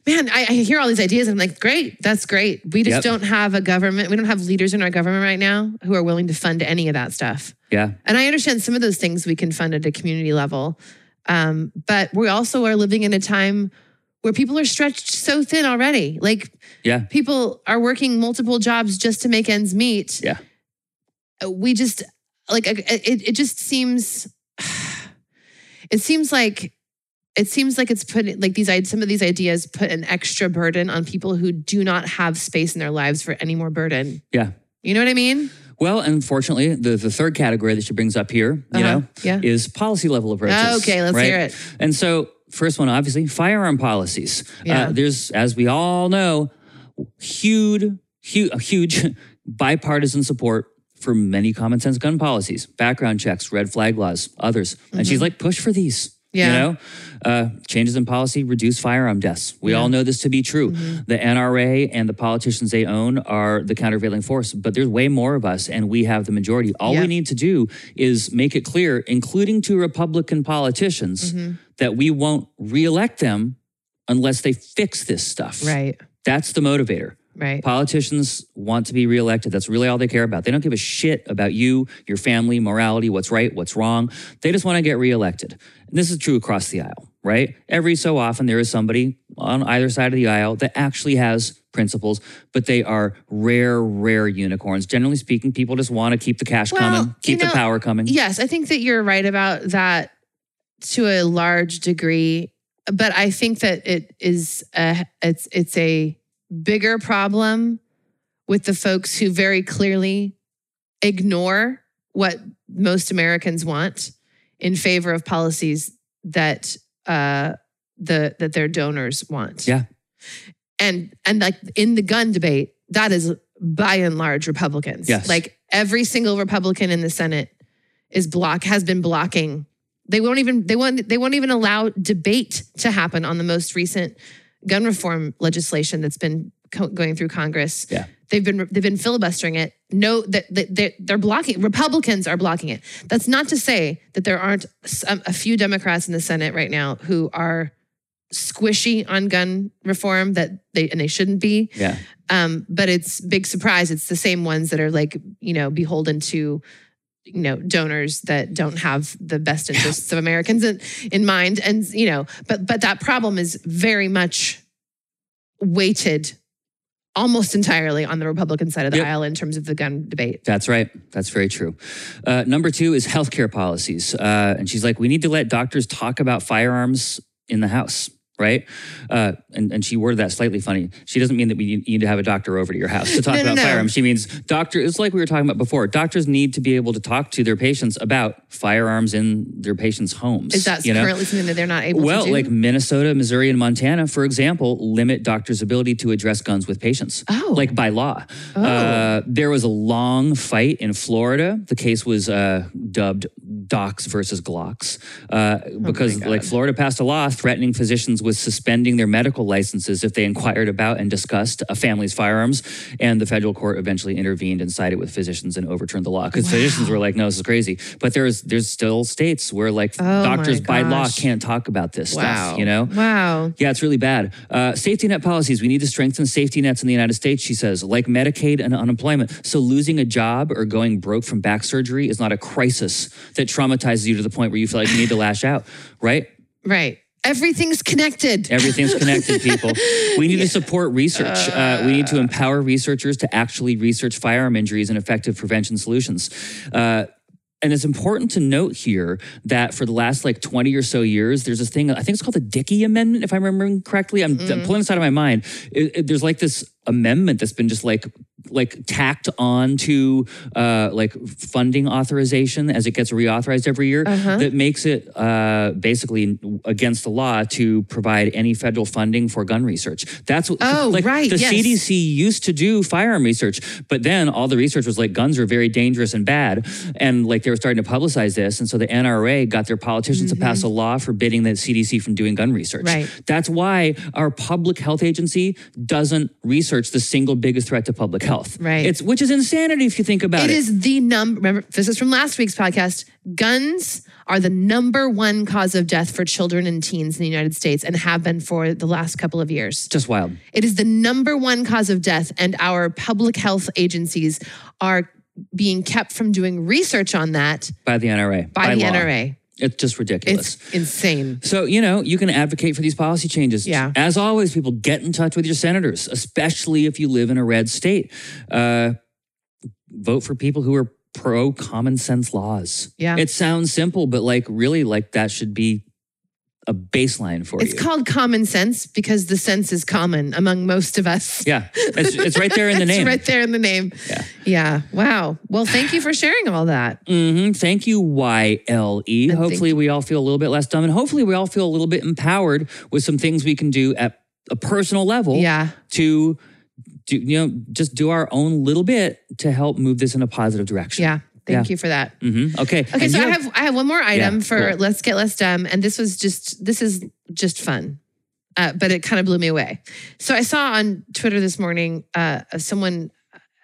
Speaker 2: Man, I, I hear all these ideas. And I'm like, great, that's great. We
Speaker 1: Yep.
Speaker 2: just don't have a government. We don't have leaders in our government right now who are willing to fund any of that stuff.
Speaker 1: yeah,
Speaker 2: And I understand some of those things we can fund at a community level, um, but we also are living in a time where people are stretched so thin already. Like
Speaker 1: yeah,
Speaker 2: people are working multiple jobs just to make ends meet.
Speaker 1: Yeah.
Speaker 2: Uh, We just like uh, it it just seems *sighs* it seems like it seems like it's put like these i- some of these ideas put an extra burden on people who do not have space in their lives for any more burden.
Speaker 1: yeah.
Speaker 2: You know what I mean?
Speaker 1: Well, unfortunately, the the third category that she brings up here, you
Speaker 2: Uh-huh.
Speaker 1: know,
Speaker 2: Yeah.
Speaker 1: is policy level approaches.
Speaker 2: okay, let's
Speaker 1: right?
Speaker 2: hear it.
Speaker 1: And so, first one, obviously, firearm policies.
Speaker 2: Yeah.
Speaker 1: Uh, there's, as we all know, huge, huge, huge *laughs* bipartisan support for many common sense gun policies, background checks, red flag laws, others. And she's like, push for these.
Speaker 2: Mm-hmm. Yeah.
Speaker 1: You know, uh, changes in policy reduce firearm deaths. We all know this to be true.
Speaker 2: Mm-hmm.
Speaker 1: The NRA and the politicians they own are the countervailing force, but there's way more of us, and we have the majority. All
Speaker 2: Yeah.
Speaker 1: we need to do is make it clear, including to Republican politicians,
Speaker 2: Mm-hmm.
Speaker 1: that we won't reelect them unless they fix this stuff.
Speaker 2: Right.
Speaker 1: That's the motivator.
Speaker 2: Right.
Speaker 1: Politicians want to be reelected. That's really all they care about. They don't give a shit about you, your family, morality, what's right, what's wrong. They just want to get reelected. And this is true across the aisle, right? Every so often, there is somebody on either side of the aisle that actually has principles, but they are rare, rare unicorns. Generally speaking, people just want to keep the cash
Speaker 2: Well,
Speaker 1: coming,
Speaker 2: you
Speaker 1: keep
Speaker 2: know,
Speaker 1: the power coming.
Speaker 2: Yes, I think that you're right about that to a large degree, but I think that it is a it's it's a bigger problem with the folks who very clearly ignore what most Americans want in favor of policies that uh the that their donors want.
Speaker 1: Yeah.
Speaker 2: And and like in the gun debate, that is by and large Republicans.
Speaker 1: Yes.
Speaker 2: Like every single Republican in the Senate is block has been blocking. They won't even they won't they won't even allow debate to happen on the most recent gun reform legislation that's been co- going through Congress.
Speaker 1: Yeah.
Speaker 2: They've been they've been filibustering it. No, that that- that- they're blocking. Republicans are blocking it. That's not to say that there aren't some, a few Democrats in the Senate right now who are squishy on gun reform that they and they shouldn't be.
Speaker 1: Yeah.
Speaker 2: Um, but it's big surprise. It's the same ones that are like, you know, beholden to, you know, donors that don't have the best interests of Americans in, in mind. And, you know, but but that problem is very much weighted almost entirely on the Republican side of the
Speaker 1: Yep.
Speaker 2: aisle in terms of the gun debate.
Speaker 1: That's right. That's very true. Uh, number two is healthcare policies. Uh, and she's like, we need to let doctors talk about firearms in the house, right? Uh, and, and she worded that slightly funny. She doesn't mean that we need- need to have a doctor over to your house to talk
Speaker 2: No, no,
Speaker 1: about
Speaker 2: no.
Speaker 1: firearms. She means doctor, it's like we were talking about before. Doctors need to be able to talk to their patients about firearms in their patients' homes.
Speaker 2: Is that
Speaker 1: you know?
Speaker 2: currently something that they're not able
Speaker 1: Well,
Speaker 2: to do?
Speaker 1: like Minnesota, Missouri, and Montana, for example, limit doctors' ability to address guns with patients.
Speaker 2: Oh.
Speaker 1: Like by law.
Speaker 2: Oh.
Speaker 1: Uh, there was a long fight in Florida. The case was uh, dubbed Docs versus Glocks uh, because,
Speaker 2: Oh God.
Speaker 1: like, Florida passed a law threatening physicians with suspending their medical licenses if they inquired about and discussed a family's firearms. And the federal court eventually intervened and sided with physicians and overturned the law because physicians were like, "No, this is crazy." But there's there's still states where like
Speaker 2: Oh my
Speaker 1: doctors by law
Speaker 2: gosh.
Speaker 1: can't talk about this
Speaker 2: wow.
Speaker 1: stuff, you know?
Speaker 2: Wow.
Speaker 1: Yeah, it's really bad. Uh, safety net policies. We need to strengthen safety nets in the United States, she says, like Medicaid and unemployment. So losing a job or going broke from back surgery is not a crisis that traumatizes you to the point where you feel like you need to lash out, right?
Speaker 2: Right. Everything's connected.
Speaker 1: Everything's connected, people. We need to support research. Uh, we need to empower researchers to actually research firearm injuries and effective prevention solutions. Uh, and it's important to note here that for the last like 20 or so years, there's this thing, I think it's called the Dickey Amendment, if I'm remembering correctly. I'm,
Speaker 2: Mm-hmm.
Speaker 1: I'm pulling this out of my mind. It- it- there's like this amendment that's been just like like tacked on to uh, like funding authorization as it gets reauthorized every year
Speaker 2: Uh-huh.
Speaker 1: that makes it uh, basically against the law to provide any federal funding for gun research. That's what,
Speaker 2: Oh,
Speaker 1: like
Speaker 2: right,
Speaker 1: the
Speaker 2: yes.
Speaker 1: CDC used to do firearm research, but then all the research was like guns are very dangerous and bad, and like they were starting to publicize this, and so the NRA got their politicians to pass a law forbidding the CDC from doing gun research.
Speaker 2: Mm-hmm. Right.
Speaker 1: That's why our public health agency doesn't research the single biggest threat to public health.
Speaker 2: Right.
Speaker 1: It's which is insanity if you think about it.
Speaker 2: It is the number. Remember, this is from last week's podcast. Guns are the number one cause of death for children and teens in the United States, and have been for the last couple of years.
Speaker 1: just wild.
Speaker 2: It is the number one cause of death, and our public health agencies are being kept from doing research on that
Speaker 1: By the NRA.
Speaker 2: by, the
Speaker 1: law.
Speaker 2: NRA.
Speaker 1: It's just ridiculous.
Speaker 2: It's insane.
Speaker 1: So, you know, you can advocate for these policy changes.
Speaker 2: Yeah.
Speaker 1: As always, people get in touch with your senators, especially if you live in a red state. Uh, vote for people who are pro common sense laws.
Speaker 2: Yeah.
Speaker 1: It sounds simple, but like really, like that should be a baseline for
Speaker 2: It's
Speaker 1: you.
Speaker 2: called common sense because the sense is common among most of us.
Speaker 1: yeah. It's, it's right there in the
Speaker 2: *laughs* It's
Speaker 1: name.
Speaker 2: right there in the name.
Speaker 1: Yeah.
Speaker 2: yeah. Wow. Well, thank you for sharing all that.
Speaker 1: hmm Thank you, YLE.
Speaker 2: And
Speaker 1: Hopefully, we all feel a little bit less dumb and hopefully, we all feel a little bit empowered with some things we can do at a personal level.
Speaker 2: Yeah.
Speaker 1: to do you know just do our own little bit to help move this in a positive direction.
Speaker 2: Yeah. Thank you for that.
Speaker 1: hmm Okay.
Speaker 2: Okay,
Speaker 1: And
Speaker 2: so
Speaker 1: you
Speaker 2: I have I have one more item
Speaker 1: Yeah,
Speaker 2: for
Speaker 1: cool.
Speaker 2: let's get less dumb, and this was just this is just fun, uh, but it kind of blew me away. So I saw on Twitter this morning uh, someone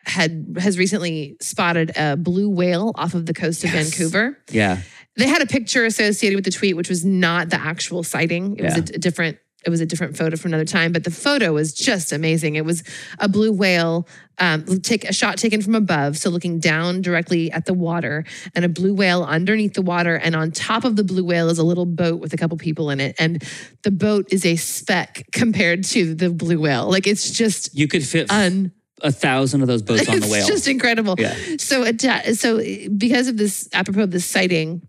Speaker 2: had has recently spotted a blue whale off of the coast of
Speaker 1: Yes.
Speaker 2: Vancouver.
Speaker 1: yeah.
Speaker 2: They had a picture associated with the tweet, which was not the actual sighting. It was a,
Speaker 1: Yeah.
Speaker 2: d- a different. It it was a different photo from another time, but the photo was just amazing. It was a blue whale, um, take a shot taken from above, so looking down directly at the water, and a blue whale underneath the water, and on top of the blue whale is a little boat with a couple people in it, and the boat is a speck *laughs* compared to the blue whale. Like it's just
Speaker 1: You could fit
Speaker 2: un.
Speaker 1: a thousand of those boats
Speaker 2: *laughs*
Speaker 1: on the
Speaker 2: it's
Speaker 1: whale.
Speaker 2: just incredible.
Speaker 1: Yeah.
Speaker 2: So, atta- so because of this, apropos of this sighting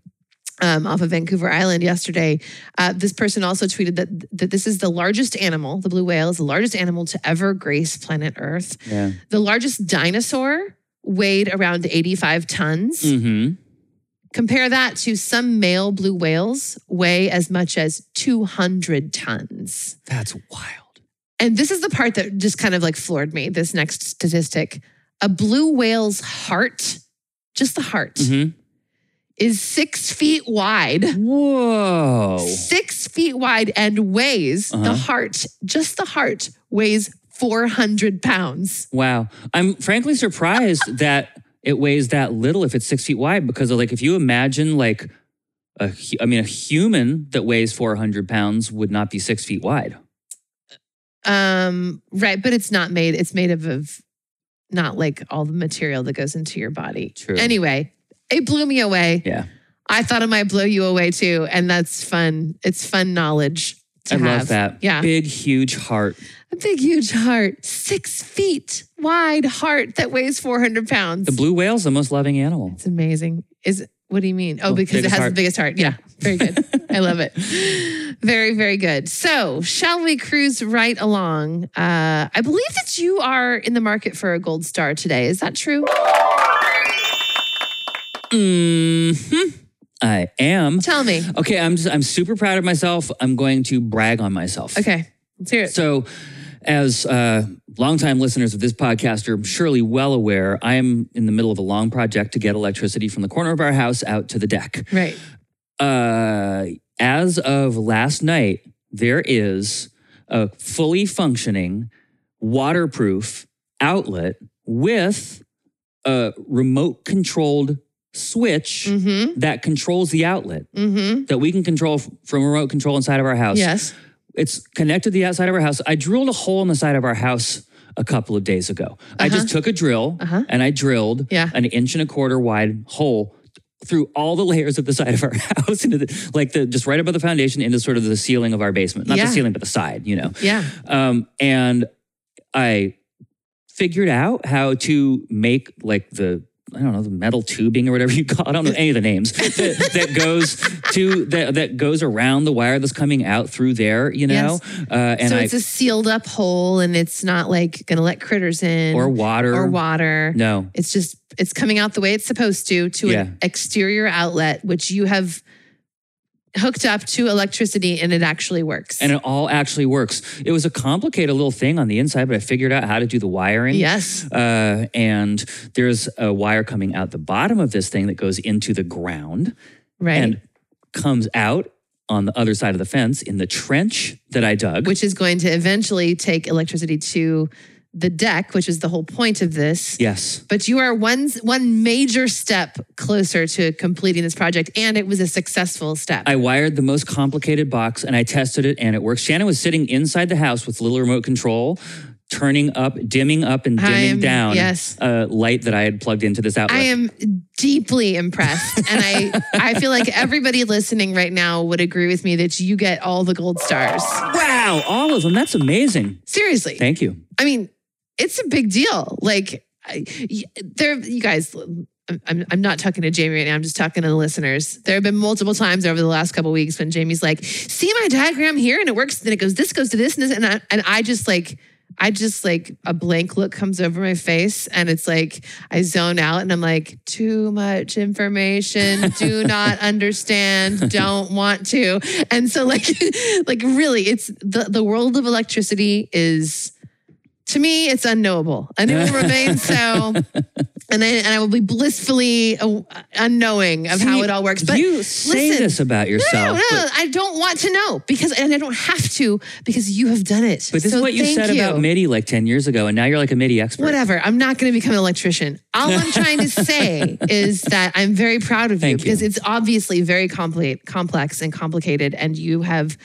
Speaker 2: um, off of Vancouver Island yesterday, uh, this person also tweeted that that this is the largest animal, the blue whale, is the largest animal to ever grace planet Earth.
Speaker 1: yeah.
Speaker 2: The largest dinosaur weighed around 85 tons.
Speaker 1: Mm-hmm.
Speaker 2: Compare that to some male blue whales weigh as much as 200 tons.
Speaker 1: That's wild.
Speaker 2: And this is the part that just kind of like floored me this next statistic. A blue whale's heart, just the heart,
Speaker 1: Mm-hmm.
Speaker 2: is six feet wide.
Speaker 1: Whoa.
Speaker 2: Six feet wide and weighs
Speaker 1: Oh. Uh-huh.
Speaker 2: the heart, just the heart, weighs 400 pounds.
Speaker 1: Wow. I'm frankly
Speaker 2: *laughs*
Speaker 1: surprised that it weighs that little if it's six feet wide because, like, if you imagine, like, a, hu- I mean, a human that weighs 400 pounds would not be six feet wide.
Speaker 2: Um, right, but it's not made, it's made of, of not like all the material that goes into your body.
Speaker 1: True.
Speaker 2: Anyway, it blew me away.
Speaker 1: Yeah.
Speaker 2: I thought it might blow you away too. And that's fun. It's fun knowledge. To
Speaker 1: I
Speaker 2: have.
Speaker 1: love that.
Speaker 2: Yeah.
Speaker 1: Big, huge heart.
Speaker 2: A big, huge heart, six feet wide heart that weighs 400 pounds.
Speaker 1: The blue whale's the most loving animal.
Speaker 2: it's amazing. Is what do you mean? Oh,
Speaker 1: Oh,
Speaker 2: because it
Speaker 1: biggest
Speaker 2: has
Speaker 1: heart.
Speaker 2: the biggest heart. Yeah,
Speaker 1: *laughs*
Speaker 2: very good. I love it. Very, very good. So, shall we cruise right along? Uh, I believe that you are in the market for a gold star today. Is that true?
Speaker 1: hmm
Speaker 2: Mm-hmm.
Speaker 1: I am.
Speaker 2: Tell me.
Speaker 1: Okay. I'm just, I'm super proud of myself. I'm going to brag on myself.
Speaker 2: Okay, let's hear it.
Speaker 1: So, as uh, longtime listeners of this podcast are surely well aware, I am in the middle of a long project to get electricity from the corner of our house out to the deck.
Speaker 2: Right.
Speaker 1: Uh, as of last night, there is a fully functioning waterproof outlet with a remote controlled switch
Speaker 2: Mm-hmm.
Speaker 1: that controls the outlet
Speaker 2: Mm-hmm.
Speaker 1: that we can control f- from a remote control inside of our house
Speaker 2: Yes.
Speaker 1: it's connected to the outside of our house. I drilled a hole in the side of our house a couple of days ago. I just took a drill
Speaker 2: Uh-huh.
Speaker 1: and I drilled
Speaker 2: Yeah.
Speaker 1: an inch and a quarter wide hole through all the layers of the side of our *laughs* house into the like the just right above the foundation into sort of the ceiling of our basement. Not
Speaker 2: Yeah.
Speaker 1: the ceiling, but the side, you know.
Speaker 2: Yeah.
Speaker 1: Um, and I figured out how to make like the I don't know the metal tubing or whatever you call. I don't know any of the names *laughs* that, that goes to that that goes around the wire that's coming out through there. You know, uh, and
Speaker 2: so
Speaker 1: I
Speaker 2: it's a sealed up hole, and it's not like gonna let critters in
Speaker 1: or water
Speaker 2: or water.
Speaker 1: No,
Speaker 2: It's just it's coming out the way it's supposed to to
Speaker 1: Yeah.
Speaker 2: an exterior outlet, which you have hooked up to electricity, and it actually works.
Speaker 1: and it all actually works. It was a complicated little thing on the inside, but I figured out how to do the wiring.
Speaker 2: yes,
Speaker 1: Uh, and there's a wire coming out the bottom of this thing that goes into the ground.
Speaker 2: right,
Speaker 1: and comes out on the other side of the fence in the trench that I dug.
Speaker 2: which is going to eventually take electricity to the deck, which is the whole point of this.
Speaker 1: yes.
Speaker 2: But you are one one major step closer to completing this project, and it was a successful step.
Speaker 1: I wired the most complicated box and I tested it and it worked. Shannon was sitting inside the house with little remote control, turning up, dimming up, and dimming
Speaker 2: I'm-
Speaker 1: down
Speaker 2: yes.
Speaker 1: a light that I had plugged into this outlet.
Speaker 2: I am
Speaker 1: *laughs*
Speaker 2: deeply impressed. And I, I feel like everybody listening right now would agree with me that you get all the gold stars.
Speaker 1: wow, all of them. That's amazing.
Speaker 2: Seriously.
Speaker 1: Thank you.
Speaker 2: I mean, it's a big deal. Like, I- y- there, you guys. I'm- I'm, I'm not talking to Jamie right now. I'm just talking to the listeners. There have been multiple times over the last couple weeks when Jamie's like, "See my diagram here, and it works." Then it goes, "This goes to this, and this," and I, and I just like, I just like a blank look comes over my face, and it's like I zone out, and I'm like, "Too much information.
Speaker 1: *laughs*
Speaker 2: Do not understand. Don't want to." And so, like, *laughs* like really, it's the the world of electricity is to me, it's unknowable, and
Speaker 1: *laughs*
Speaker 2: it will remain so. And I, and I will be blissfully uh, unknowing of how
Speaker 1: See,
Speaker 2: it all works. But
Speaker 1: you say
Speaker 2: listen.
Speaker 1: this about
Speaker 2: no,
Speaker 1: yourself.
Speaker 2: no,
Speaker 1: but-
Speaker 2: I don't want to know because, and I don't have to because you have done it.
Speaker 1: But this
Speaker 2: So
Speaker 1: is what you
Speaker 2: thank
Speaker 1: said about MIDI like 10 years ago, and now you're like a MIDI expert.
Speaker 2: Whatever. I'm not going to become an electrician. All I'm
Speaker 1: *laughs*
Speaker 2: trying to say is that I'm very proud of you
Speaker 1: Thank you.
Speaker 2: because it's obviously very compli- complex and complicated, and you have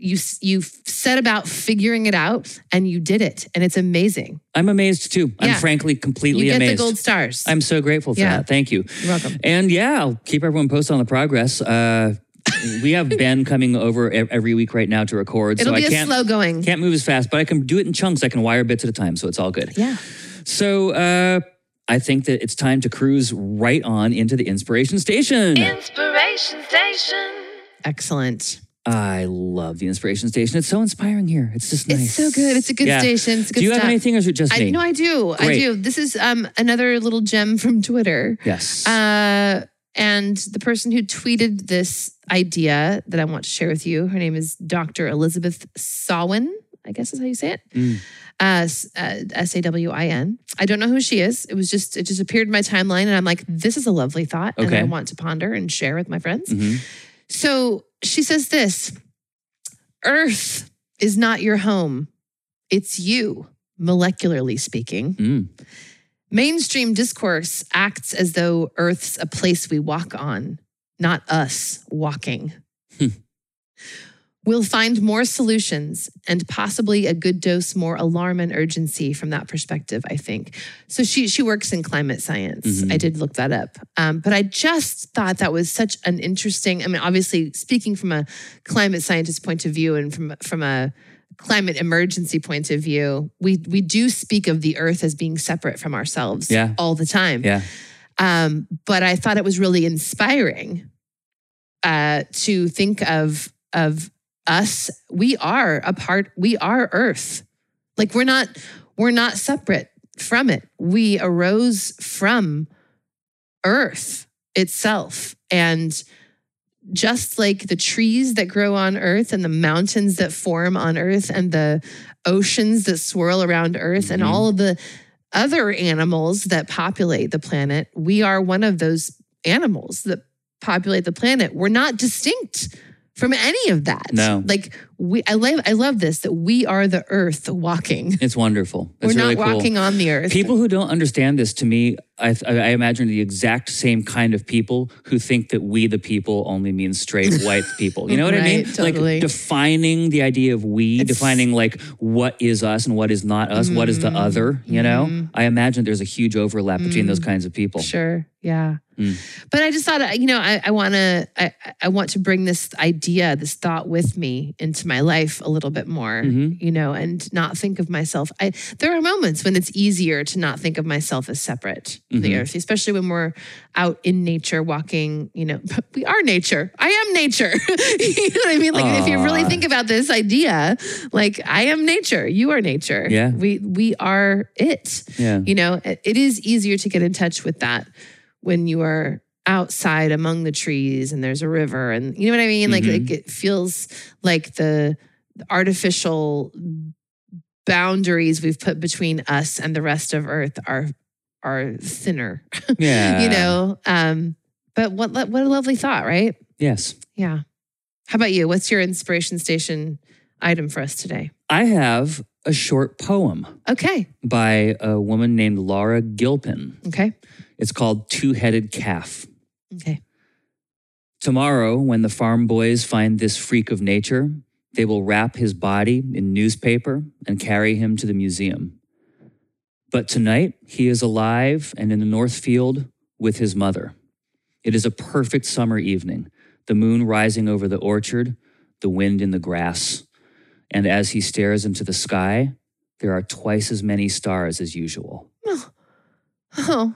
Speaker 2: you s- you f- set about figuring it out and you did it and it's amazing
Speaker 1: I'm amazed too. I'm
Speaker 2: Yeah.
Speaker 1: frankly completely
Speaker 2: you get
Speaker 1: amazed.
Speaker 2: the gold stars
Speaker 1: I'm so grateful for
Speaker 2: Yeah.
Speaker 1: that. Thank you. *laughs*
Speaker 2: You're welcome
Speaker 1: And yeah, I'll keep everyone posted on the progress. Uh, we
Speaker 2: *laughs*
Speaker 1: have Ben coming over ev- every week right now to record,
Speaker 2: it'll
Speaker 1: so
Speaker 2: be
Speaker 1: I
Speaker 2: a
Speaker 1: can't
Speaker 2: slow going
Speaker 1: can't move as fast, but I can do it in chunks. I can wire bits at a time, so it's all good.
Speaker 2: yeah
Speaker 1: So uh, I think that it's time to cruise right on into the inspiration station.
Speaker 4: Inspiration Station.
Speaker 2: excellent
Speaker 1: I love the inspiration station. It's so inspiring here. It's just
Speaker 2: it's
Speaker 1: nice.
Speaker 2: so good it's a good
Speaker 1: Yeah.
Speaker 2: station it's good
Speaker 1: do you
Speaker 2: stuff
Speaker 1: have anything, or is it just
Speaker 2: I,
Speaker 1: me?
Speaker 2: no i do i
Speaker 1: Great.
Speaker 2: do this is um another little gem from twitter
Speaker 1: yes.
Speaker 2: Uh, and the person who tweeted this idea that I want to share with you, her name is Dr. Elizabeth Sawin, I guess is how you say it.
Speaker 1: Mm.
Speaker 2: Uh, S- uh, S A W I N. I don't know who she is. It was just, it just appeared in my timeline. And I'm like, this is a lovely thought. And
Speaker 1: Okay.
Speaker 2: I want to ponder and share with my friends.
Speaker 1: Mhm.
Speaker 2: So she says this Earth is not your home, it's you, molecularly speaking.
Speaker 1: Mm.
Speaker 2: Mainstream discourse acts as though Earth's a place we walk on, not us walking.
Speaker 1: Hmm.
Speaker 2: We'll find more solutions and possibly a good dose more alarm and urgency from that perspective, I think. So she she works in climate science.
Speaker 1: Mhm.
Speaker 2: I did look that up. Um, but I just thought that was such an interesting, I mean, obviously speaking from a climate scientist point of view and from from a climate emergency point of view, we we do speak of the earth as being separate from ourselves
Speaker 1: Yeah.
Speaker 2: all the time.
Speaker 1: Yeah.
Speaker 2: Um, but I thought it was really inspiring uh, to think of of us. We are a part. We are Earth. Like we're not we're not separate from it. We arose from Earth itself, and just like the trees that grow on Earth, and the mountains that form on Earth, and the oceans that swirl around Earth, and
Speaker 1: Mhm.
Speaker 2: all of the other animals that populate the planet, we are one of those animals that populate the planet. We're not distinct from any of that.
Speaker 1: No.
Speaker 2: Like we I love I love this that we are the earth walking.
Speaker 1: It's wonderful. It's
Speaker 2: We're
Speaker 1: really
Speaker 2: not
Speaker 1: cool.
Speaker 2: walking on the earth.
Speaker 1: People who don't understand this, to me, I, I I imagine the exact same kind of people who think that we, the people, only means
Speaker 2: *laughs*
Speaker 1: straight white people. You know what I mean?
Speaker 2: Right,
Speaker 1: Like
Speaker 2: totally.
Speaker 1: defining the idea of we,
Speaker 2: It's-
Speaker 1: defining like what is us and what is not us, what is the
Speaker 2: Mm,
Speaker 1: other. You know,
Speaker 2: mhm.
Speaker 1: I imagine there's a huge overlap between
Speaker 2: Mm.
Speaker 1: those kinds of people.
Speaker 2: Sure. Yeah.
Speaker 1: Mm.
Speaker 2: But I just thought, uh, you know, I, I want to, I, I want to bring this idea, this thought with me into my life a little bit more,
Speaker 1: Mhm.
Speaker 2: you know, and not think of myself. I, there are moments when it's easier to not think of myself as separate from the
Speaker 1: Mhm.
Speaker 2: earth, especially when we're out in nature walking, you know, but we are nature. I am nature. *laughs* you know what I mean? Like if you really
Speaker 1: Aw.
Speaker 2: think about this idea, like I am nature, you are nature.
Speaker 1: Yeah.
Speaker 2: We, we are it
Speaker 1: Yeah.
Speaker 2: you know it, it is easier to get in touch with that when you are outside among the trees and there's a river and you know what i mean like,
Speaker 1: Mhm.
Speaker 2: like it feels like the the artificial boundaries we've put between us and the rest of earth are are thinner *laughs*
Speaker 1: Yeah.
Speaker 2: *laughs* you know um but what lo- what a lovely thought right
Speaker 1: Yes.
Speaker 2: yeah how about you what's your inspiration station item for us today
Speaker 1: I have a short poem
Speaker 2: okay
Speaker 1: by a woman named Laura Gilpin.
Speaker 2: okay
Speaker 1: It's called Two Headed Calf.
Speaker 2: okay
Speaker 1: Tomorrow, when the farm boys find this freak of nature, they will wrap his body in newspaper and carry him to the museum. But tonight, he is alive and in the north field with his mother. It is a perfect summer evening, the moon rising over the orchard, the wind in the grass. And as he stares into the sky, there are twice as many stars as usual.
Speaker 2: oh, *laughs* oh.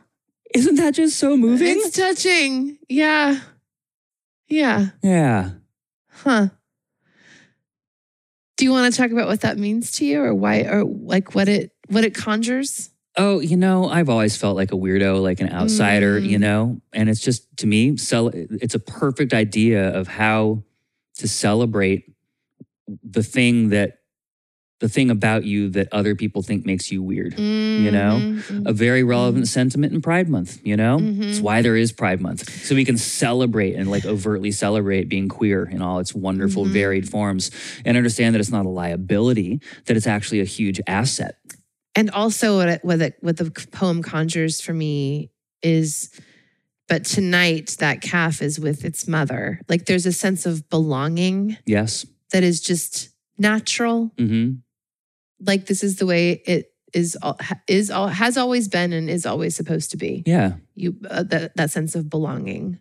Speaker 1: Isn't that just so moving?
Speaker 2: It's touching. Yeah. Yeah.
Speaker 1: yeah.
Speaker 2: Huh. Do you want to talk about what that means to you or why or like what it what it conjures?
Speaker 1: Oh, you know, I've always felt like a weirdo, like an outsider,
Speaker 2: Mm.
Speaker 1: you know? And it's just, to me, cel- it's a perfect idea of how to celebrate the thing that, the thing about you that other people think makes you weird. know,
Speaker 2: Mhm.
Speaker 1: A very relevant sentiment in Pride Month, you know? It's
Speaker 2: Mhm.
Speaker 1: why there is Pride Month. So we can celebrate and like overtly celebrate being queer in all its wonderful,
Speaker 2: Mhm.
Speaker 1: varied forms and understand that it's not a liability, that it's actually a huge asset.
Speaker 2: and also what it, what the, what the poem conjures for me is but tonight that calf is with its mother. Like there's a sense of belonging
Speaker 1: Yes.
Speaker 2: that is just natural.
Speaker 1: Mm-hmm.
Speaker 2: Like this is the way it is al- ha- is all has always been and is always supposed to be.
Speaker 1: Yeah.
Speaker 2: You uh, that that sense of belonging.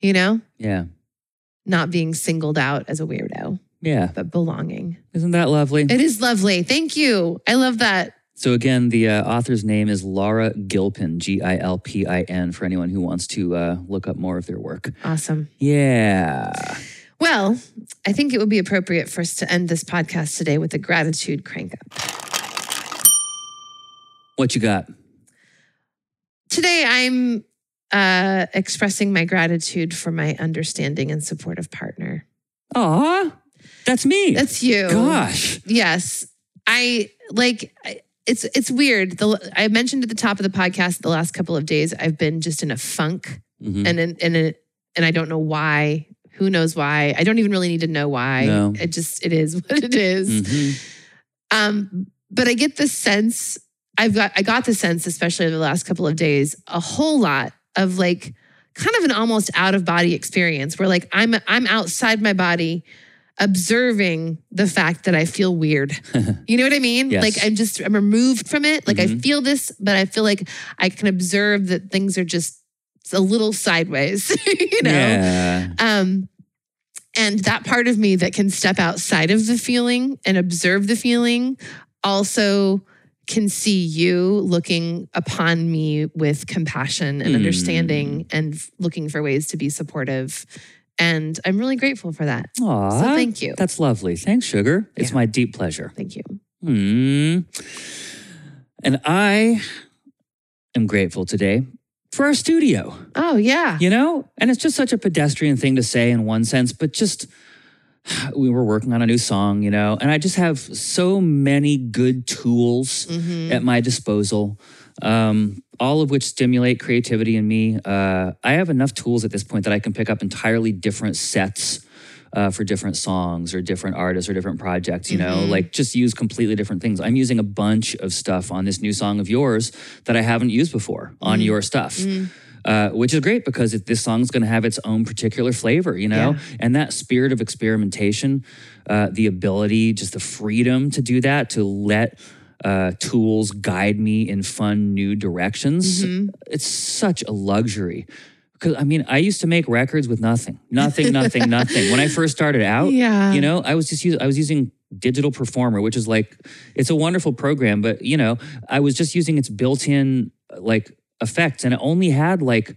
Speaker 2: You know,
Speaker 1: Yeah.
Speaker 2: not being singled out as a weirdo,
Speaker 1: Yeah.
Speaker 2: but belonging.
Speaker 1: Isn't that lovely?
Speaker 2: It is lovely. Thank you. I love that.
Speaker 1: So again, the uh, author's name is Laura Gilpin, G-I-L-P-I-N, for anyone who wants to uh, look up more of their work.
Speaker 2: Awesome.
Speaker 1: Yeah.
Speaker 2: Well, I think it would be appropriate for us to end this podcast today with a gratitude crank up.
Speaker 1: What you got?
Speaker 2: Today, I'm uh, expressing my gratitude for my understanding and supportive partner.
Speaker 1: Aw, that's me.
Speaker 2: That's you.
Speaker 1: Gosh.
Speaker 2: Yes. I like I- it's it's weird. The I mentioned at the top of the podcast the last couple of days I've been just in a funk
Speaker 1: Mhm.
Speaker 2: and in, in a, and I don't know why. Who knows why? I don't even really need to know why.
Speaker 1: No.
Speaker 2: It just it is *laughs* what it is.
Speaker 1: Mhm.
Speaker 2: Um, but I get the sense I've got I got the sense, especially over the last couple of days, a whole lot of like kind of an almost out of body experience where like I'm I'm outside my body observing the fact that I
Speaker 1: *laughs*
Speaker 2: feel weird. You know what I mean?
Speaker 1: Yes.
Speaker 2: Like I'm just I'm removed from it. Like I
Speaker 1: Mhm.
Speaker 2: feel this, but I feel like I can observe that things are just a little sideways, *laughs* you know.
Speaker 1: Yeah.
Speaker 2: Um, and that part of me that can step outside of the feeling and observe the feeling also can see you looking upon me with compassion and
Speaker 1: Hmm.
Speaker 2: understanding and f- looking for ways to be supportive. And I'm really grateful for that.
Speaker 1: Aw.
Speaker 2: So thank you.
Speaker 1: That's lovely. Thanks, sugar. It's
Speaker 2: Yeah.
Speaker 1: my deep pleasure.
Speaker 2: Thank you.
Speaker 1: Hmm. And I am grateful today for our studio.
Speaker 2: Oh, yeah.
Speaker 1: You know? And it's just such a pedestrian thing to say in one sense, but just *sighs* we were working on a new song, you know, and I just have so many good tools
Speaker 2: Mhm.
Speaker 1: at my disposal, um, all of which stimulate creativity in me. Uh, I have enough tools at this point that I can pick up entirely different sets. Uh, for different songs or different artists or different projects, you know,
Speaker 2: Mhm.
Speaker 1: like just use completely different things. I'm using a bunch of stuff on this new song of yours that I haven't used before on
Speaker 2: Mm.
Speaker 1: your stuff
Speaker 2: Mm.
Speaker 1: uh, which is great because it, this song's going to have its own particular flavor, you know?
Speaker 2: Yeah.
Speaker 1: And that spirit of experimentation, uh, the ability, just the freedom to do that, to let uh, tools guide me in fun new directions.
Speaker 2: Mhm.
Speaker 1: It's such a luxury. Because, I mean, I used to make records with nothing, nothing, nothing, nothing. When I first started out,
Speaker 2: Yeah.
Speaker 1: you know, I was just using, I was using Digital Performer, which is like, it's a wonderful program, but you know, I was just using its built-in uh, like effects, and it only had like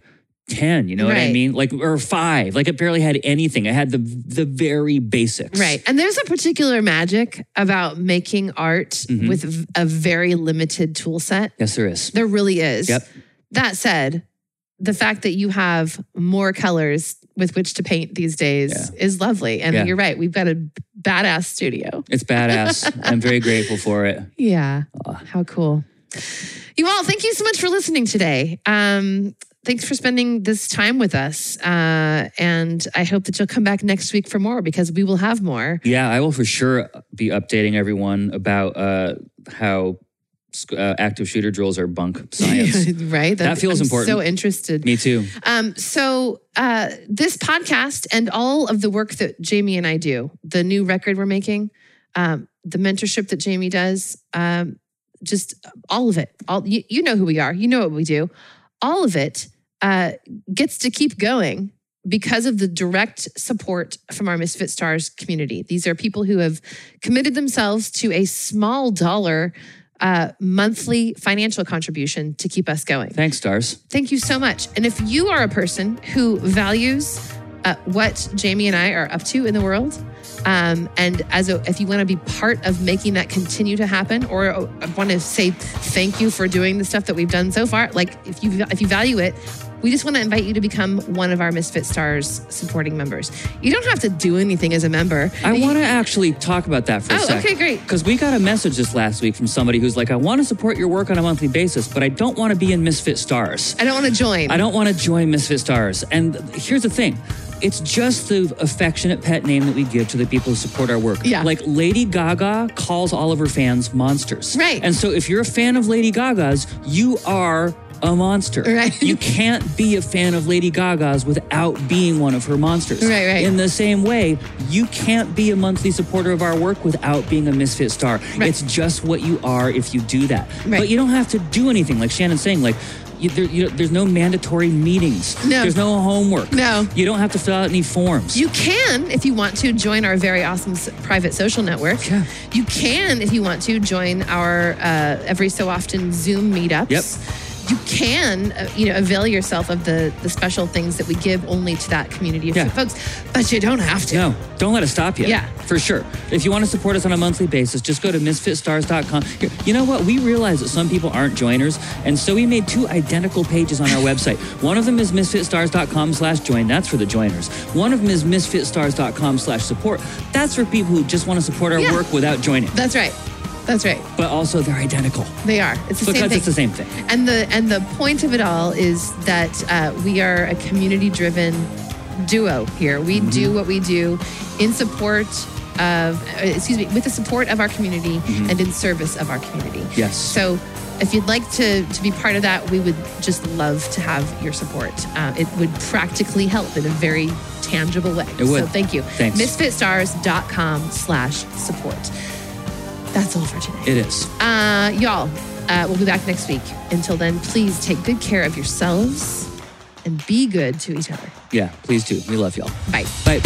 Speaker 1: ten. You know what I
Speaker 2: Right.
Speaker 1: mean? Like or five. Like it barely had anything. I had the the very basics.
Speaker 2: Right. And there's a particular magic about making art
Speaker 1: Mhm.
Speaker 2: with v- a very limited tool set.
Speaker 1: Yes, there is.
Speaker 2: There really is.
Speaker 1: Yep.
Speaker 2: That said, the fact that you have more colors with which to paint these days is lovely. And
Speaker 1: Yeah.
Speaker 2: you're right. We've got a badass studio.
Speaker 1: It's
Speaker 2: *laughs*
Speaker 1: badass. I'm very grateful for it.
Speaker 2: Yeah.
Speaker 1: Aw.
Speaker 2: How cool. You all, thank you so much for listening today. Um, thanks for spending this time with us. Uh, and I hope that you'll come back next week for more because we will have more.
Speaker 1: Yeah, I will for sure be updating everyone about uh, how sc- uh, active shooter drills are bunk
Speaker 2: *laughs*
Speaker 1: science.
Speaker 2: right?
Speaker 1: That feels
Speaker 2: I'm
Speaker 1: important.
Speaker 2: So interested.
Speaker 1: Me too.
Speaker 2: Um, so uh, this podcast and all of the work that Jamie and I do, the new record we're making, um, the mentorship that Jamie does, um, just all of it. All you, you know who we are. You know what we do. All of it uh, gets to keep going because of the direct support from our Misfit Stars community. These are people who have committed themselves to a small dollar uh, monthly financial contribution to keep us going.
Speaker 1: Thanks, stars.
Speaker 2: Thank you so much. And if you are a person who values uh, what Jamie and I are up to in the world, um, and as a, if you want to be part of making that continue to happen, or uh, want to say thank you for doing the stuff that we've done so far, like if you if you value it, we just want to invite you to become one of our Misfit Stars supporting members. You don't have to do anything as a member.
Speaker 1: I want to actually talk about that for a
Speaker 2: Oh,
Speaker 1: second.
Speaker 2: okay, great.
Speaker 1: Because we got a message this last week from somebody who's like, I want to support your work on a monthly basis, but I don't want to be in Misfit Stars.
Speaker 2: I don't want to join.
Speaker 1: I don't want to join Misfit Stars. And here's the thing it's just the affectionate pet name that we give to the people who support our work.
Speaker 2: Yeah.
Speaker 1: Like Lady Gaga calls all of her fans monsters.
Speaker 2: Right.
Speaker 1: And so if you're a fan of Lady Gaga's, you are a monster.
Speaker 2: Right.
Speaker 1: You can't be a fan of Lady Gaga's without being one of her monsters.
Speaker 2: Right, right.
Speaker 1: In the same way, you can't be a monthly supporter of our work without being a misfit star.
Speaker 2: Right.
Speaker 1: It's just what you are if you do that.
Speaker 2: Right.
Speaker 1: But you don't have to do anything, like Shannon's saying, like, you, there, you, there's no mandatory meetings.
Speaker 2: No.
Speaker 1: There's no homework.
Speaker 2: No.
Speaker 1: You don't have to fill out any forms.
Speaker 2: You can, if you want to, join our very awesome s- private social network.
Speaker 1: Yeah.
Speaker 2: You can, if you want to, join our uh, every so often Zoom meetups.
Speaker 1: Yep.
Speaker 2: You can, uh, you know, avail yourself of the the special things that we give only to that community of
Speaker 1: Yeah.
Speaker 2: folks, but you don't have to.
Speaker 1: No, don't let us stop you.
Speaker 2: Yeah.
Speaker 1: For sure. If you want to support us on a monthly basis, just go to misfitstars.com. Here, You know what? We realize that some people aren't joiners, and so we made two identical pages on our website. One of them is misfitstars.com slash join. That's for the joiners. One of them is misfitstars.com slash support. That's for people who just want to support our
Speaker 2: Yeah.
Speaker 1: work without joining.
Speaker 2: That's right. That's right.
Speaker 1: But also, they're identical
Speaker 2: They are. It's the same
Speaker 1: because
Speaker 2: thing.
Speaker 1: it's the same thing.
Speaker 2: And the and the point of it all is that uh, we are a community-driven duo here. We
Speaker 1: Mm-hmm.
Speaker 2: do what we do in support of, uh, excuse me, with the support of our community and in service of our community.
Speaker 1: Mm-hmm. Yes.
Speaker 2: So. If you'd like to, to be part of that, we would just love to have your support. Uh, it would practically help in a very tangible way.
Speaker 1: It would.
Speaker 2: So thank you.
Speaker 1: Thanks.
Speaker 2: Misfitstars.com slash support. That's all for today.
Speaker 1: It is.
Speaker 2: Uh, y'all, uh, we'll be back next week. Until then, please take good care of yourselves and be good to each other.
Speaker 1: Yeah, please do. We love y'all.
Speaker 2: Bye.
Speaker 1: Bye.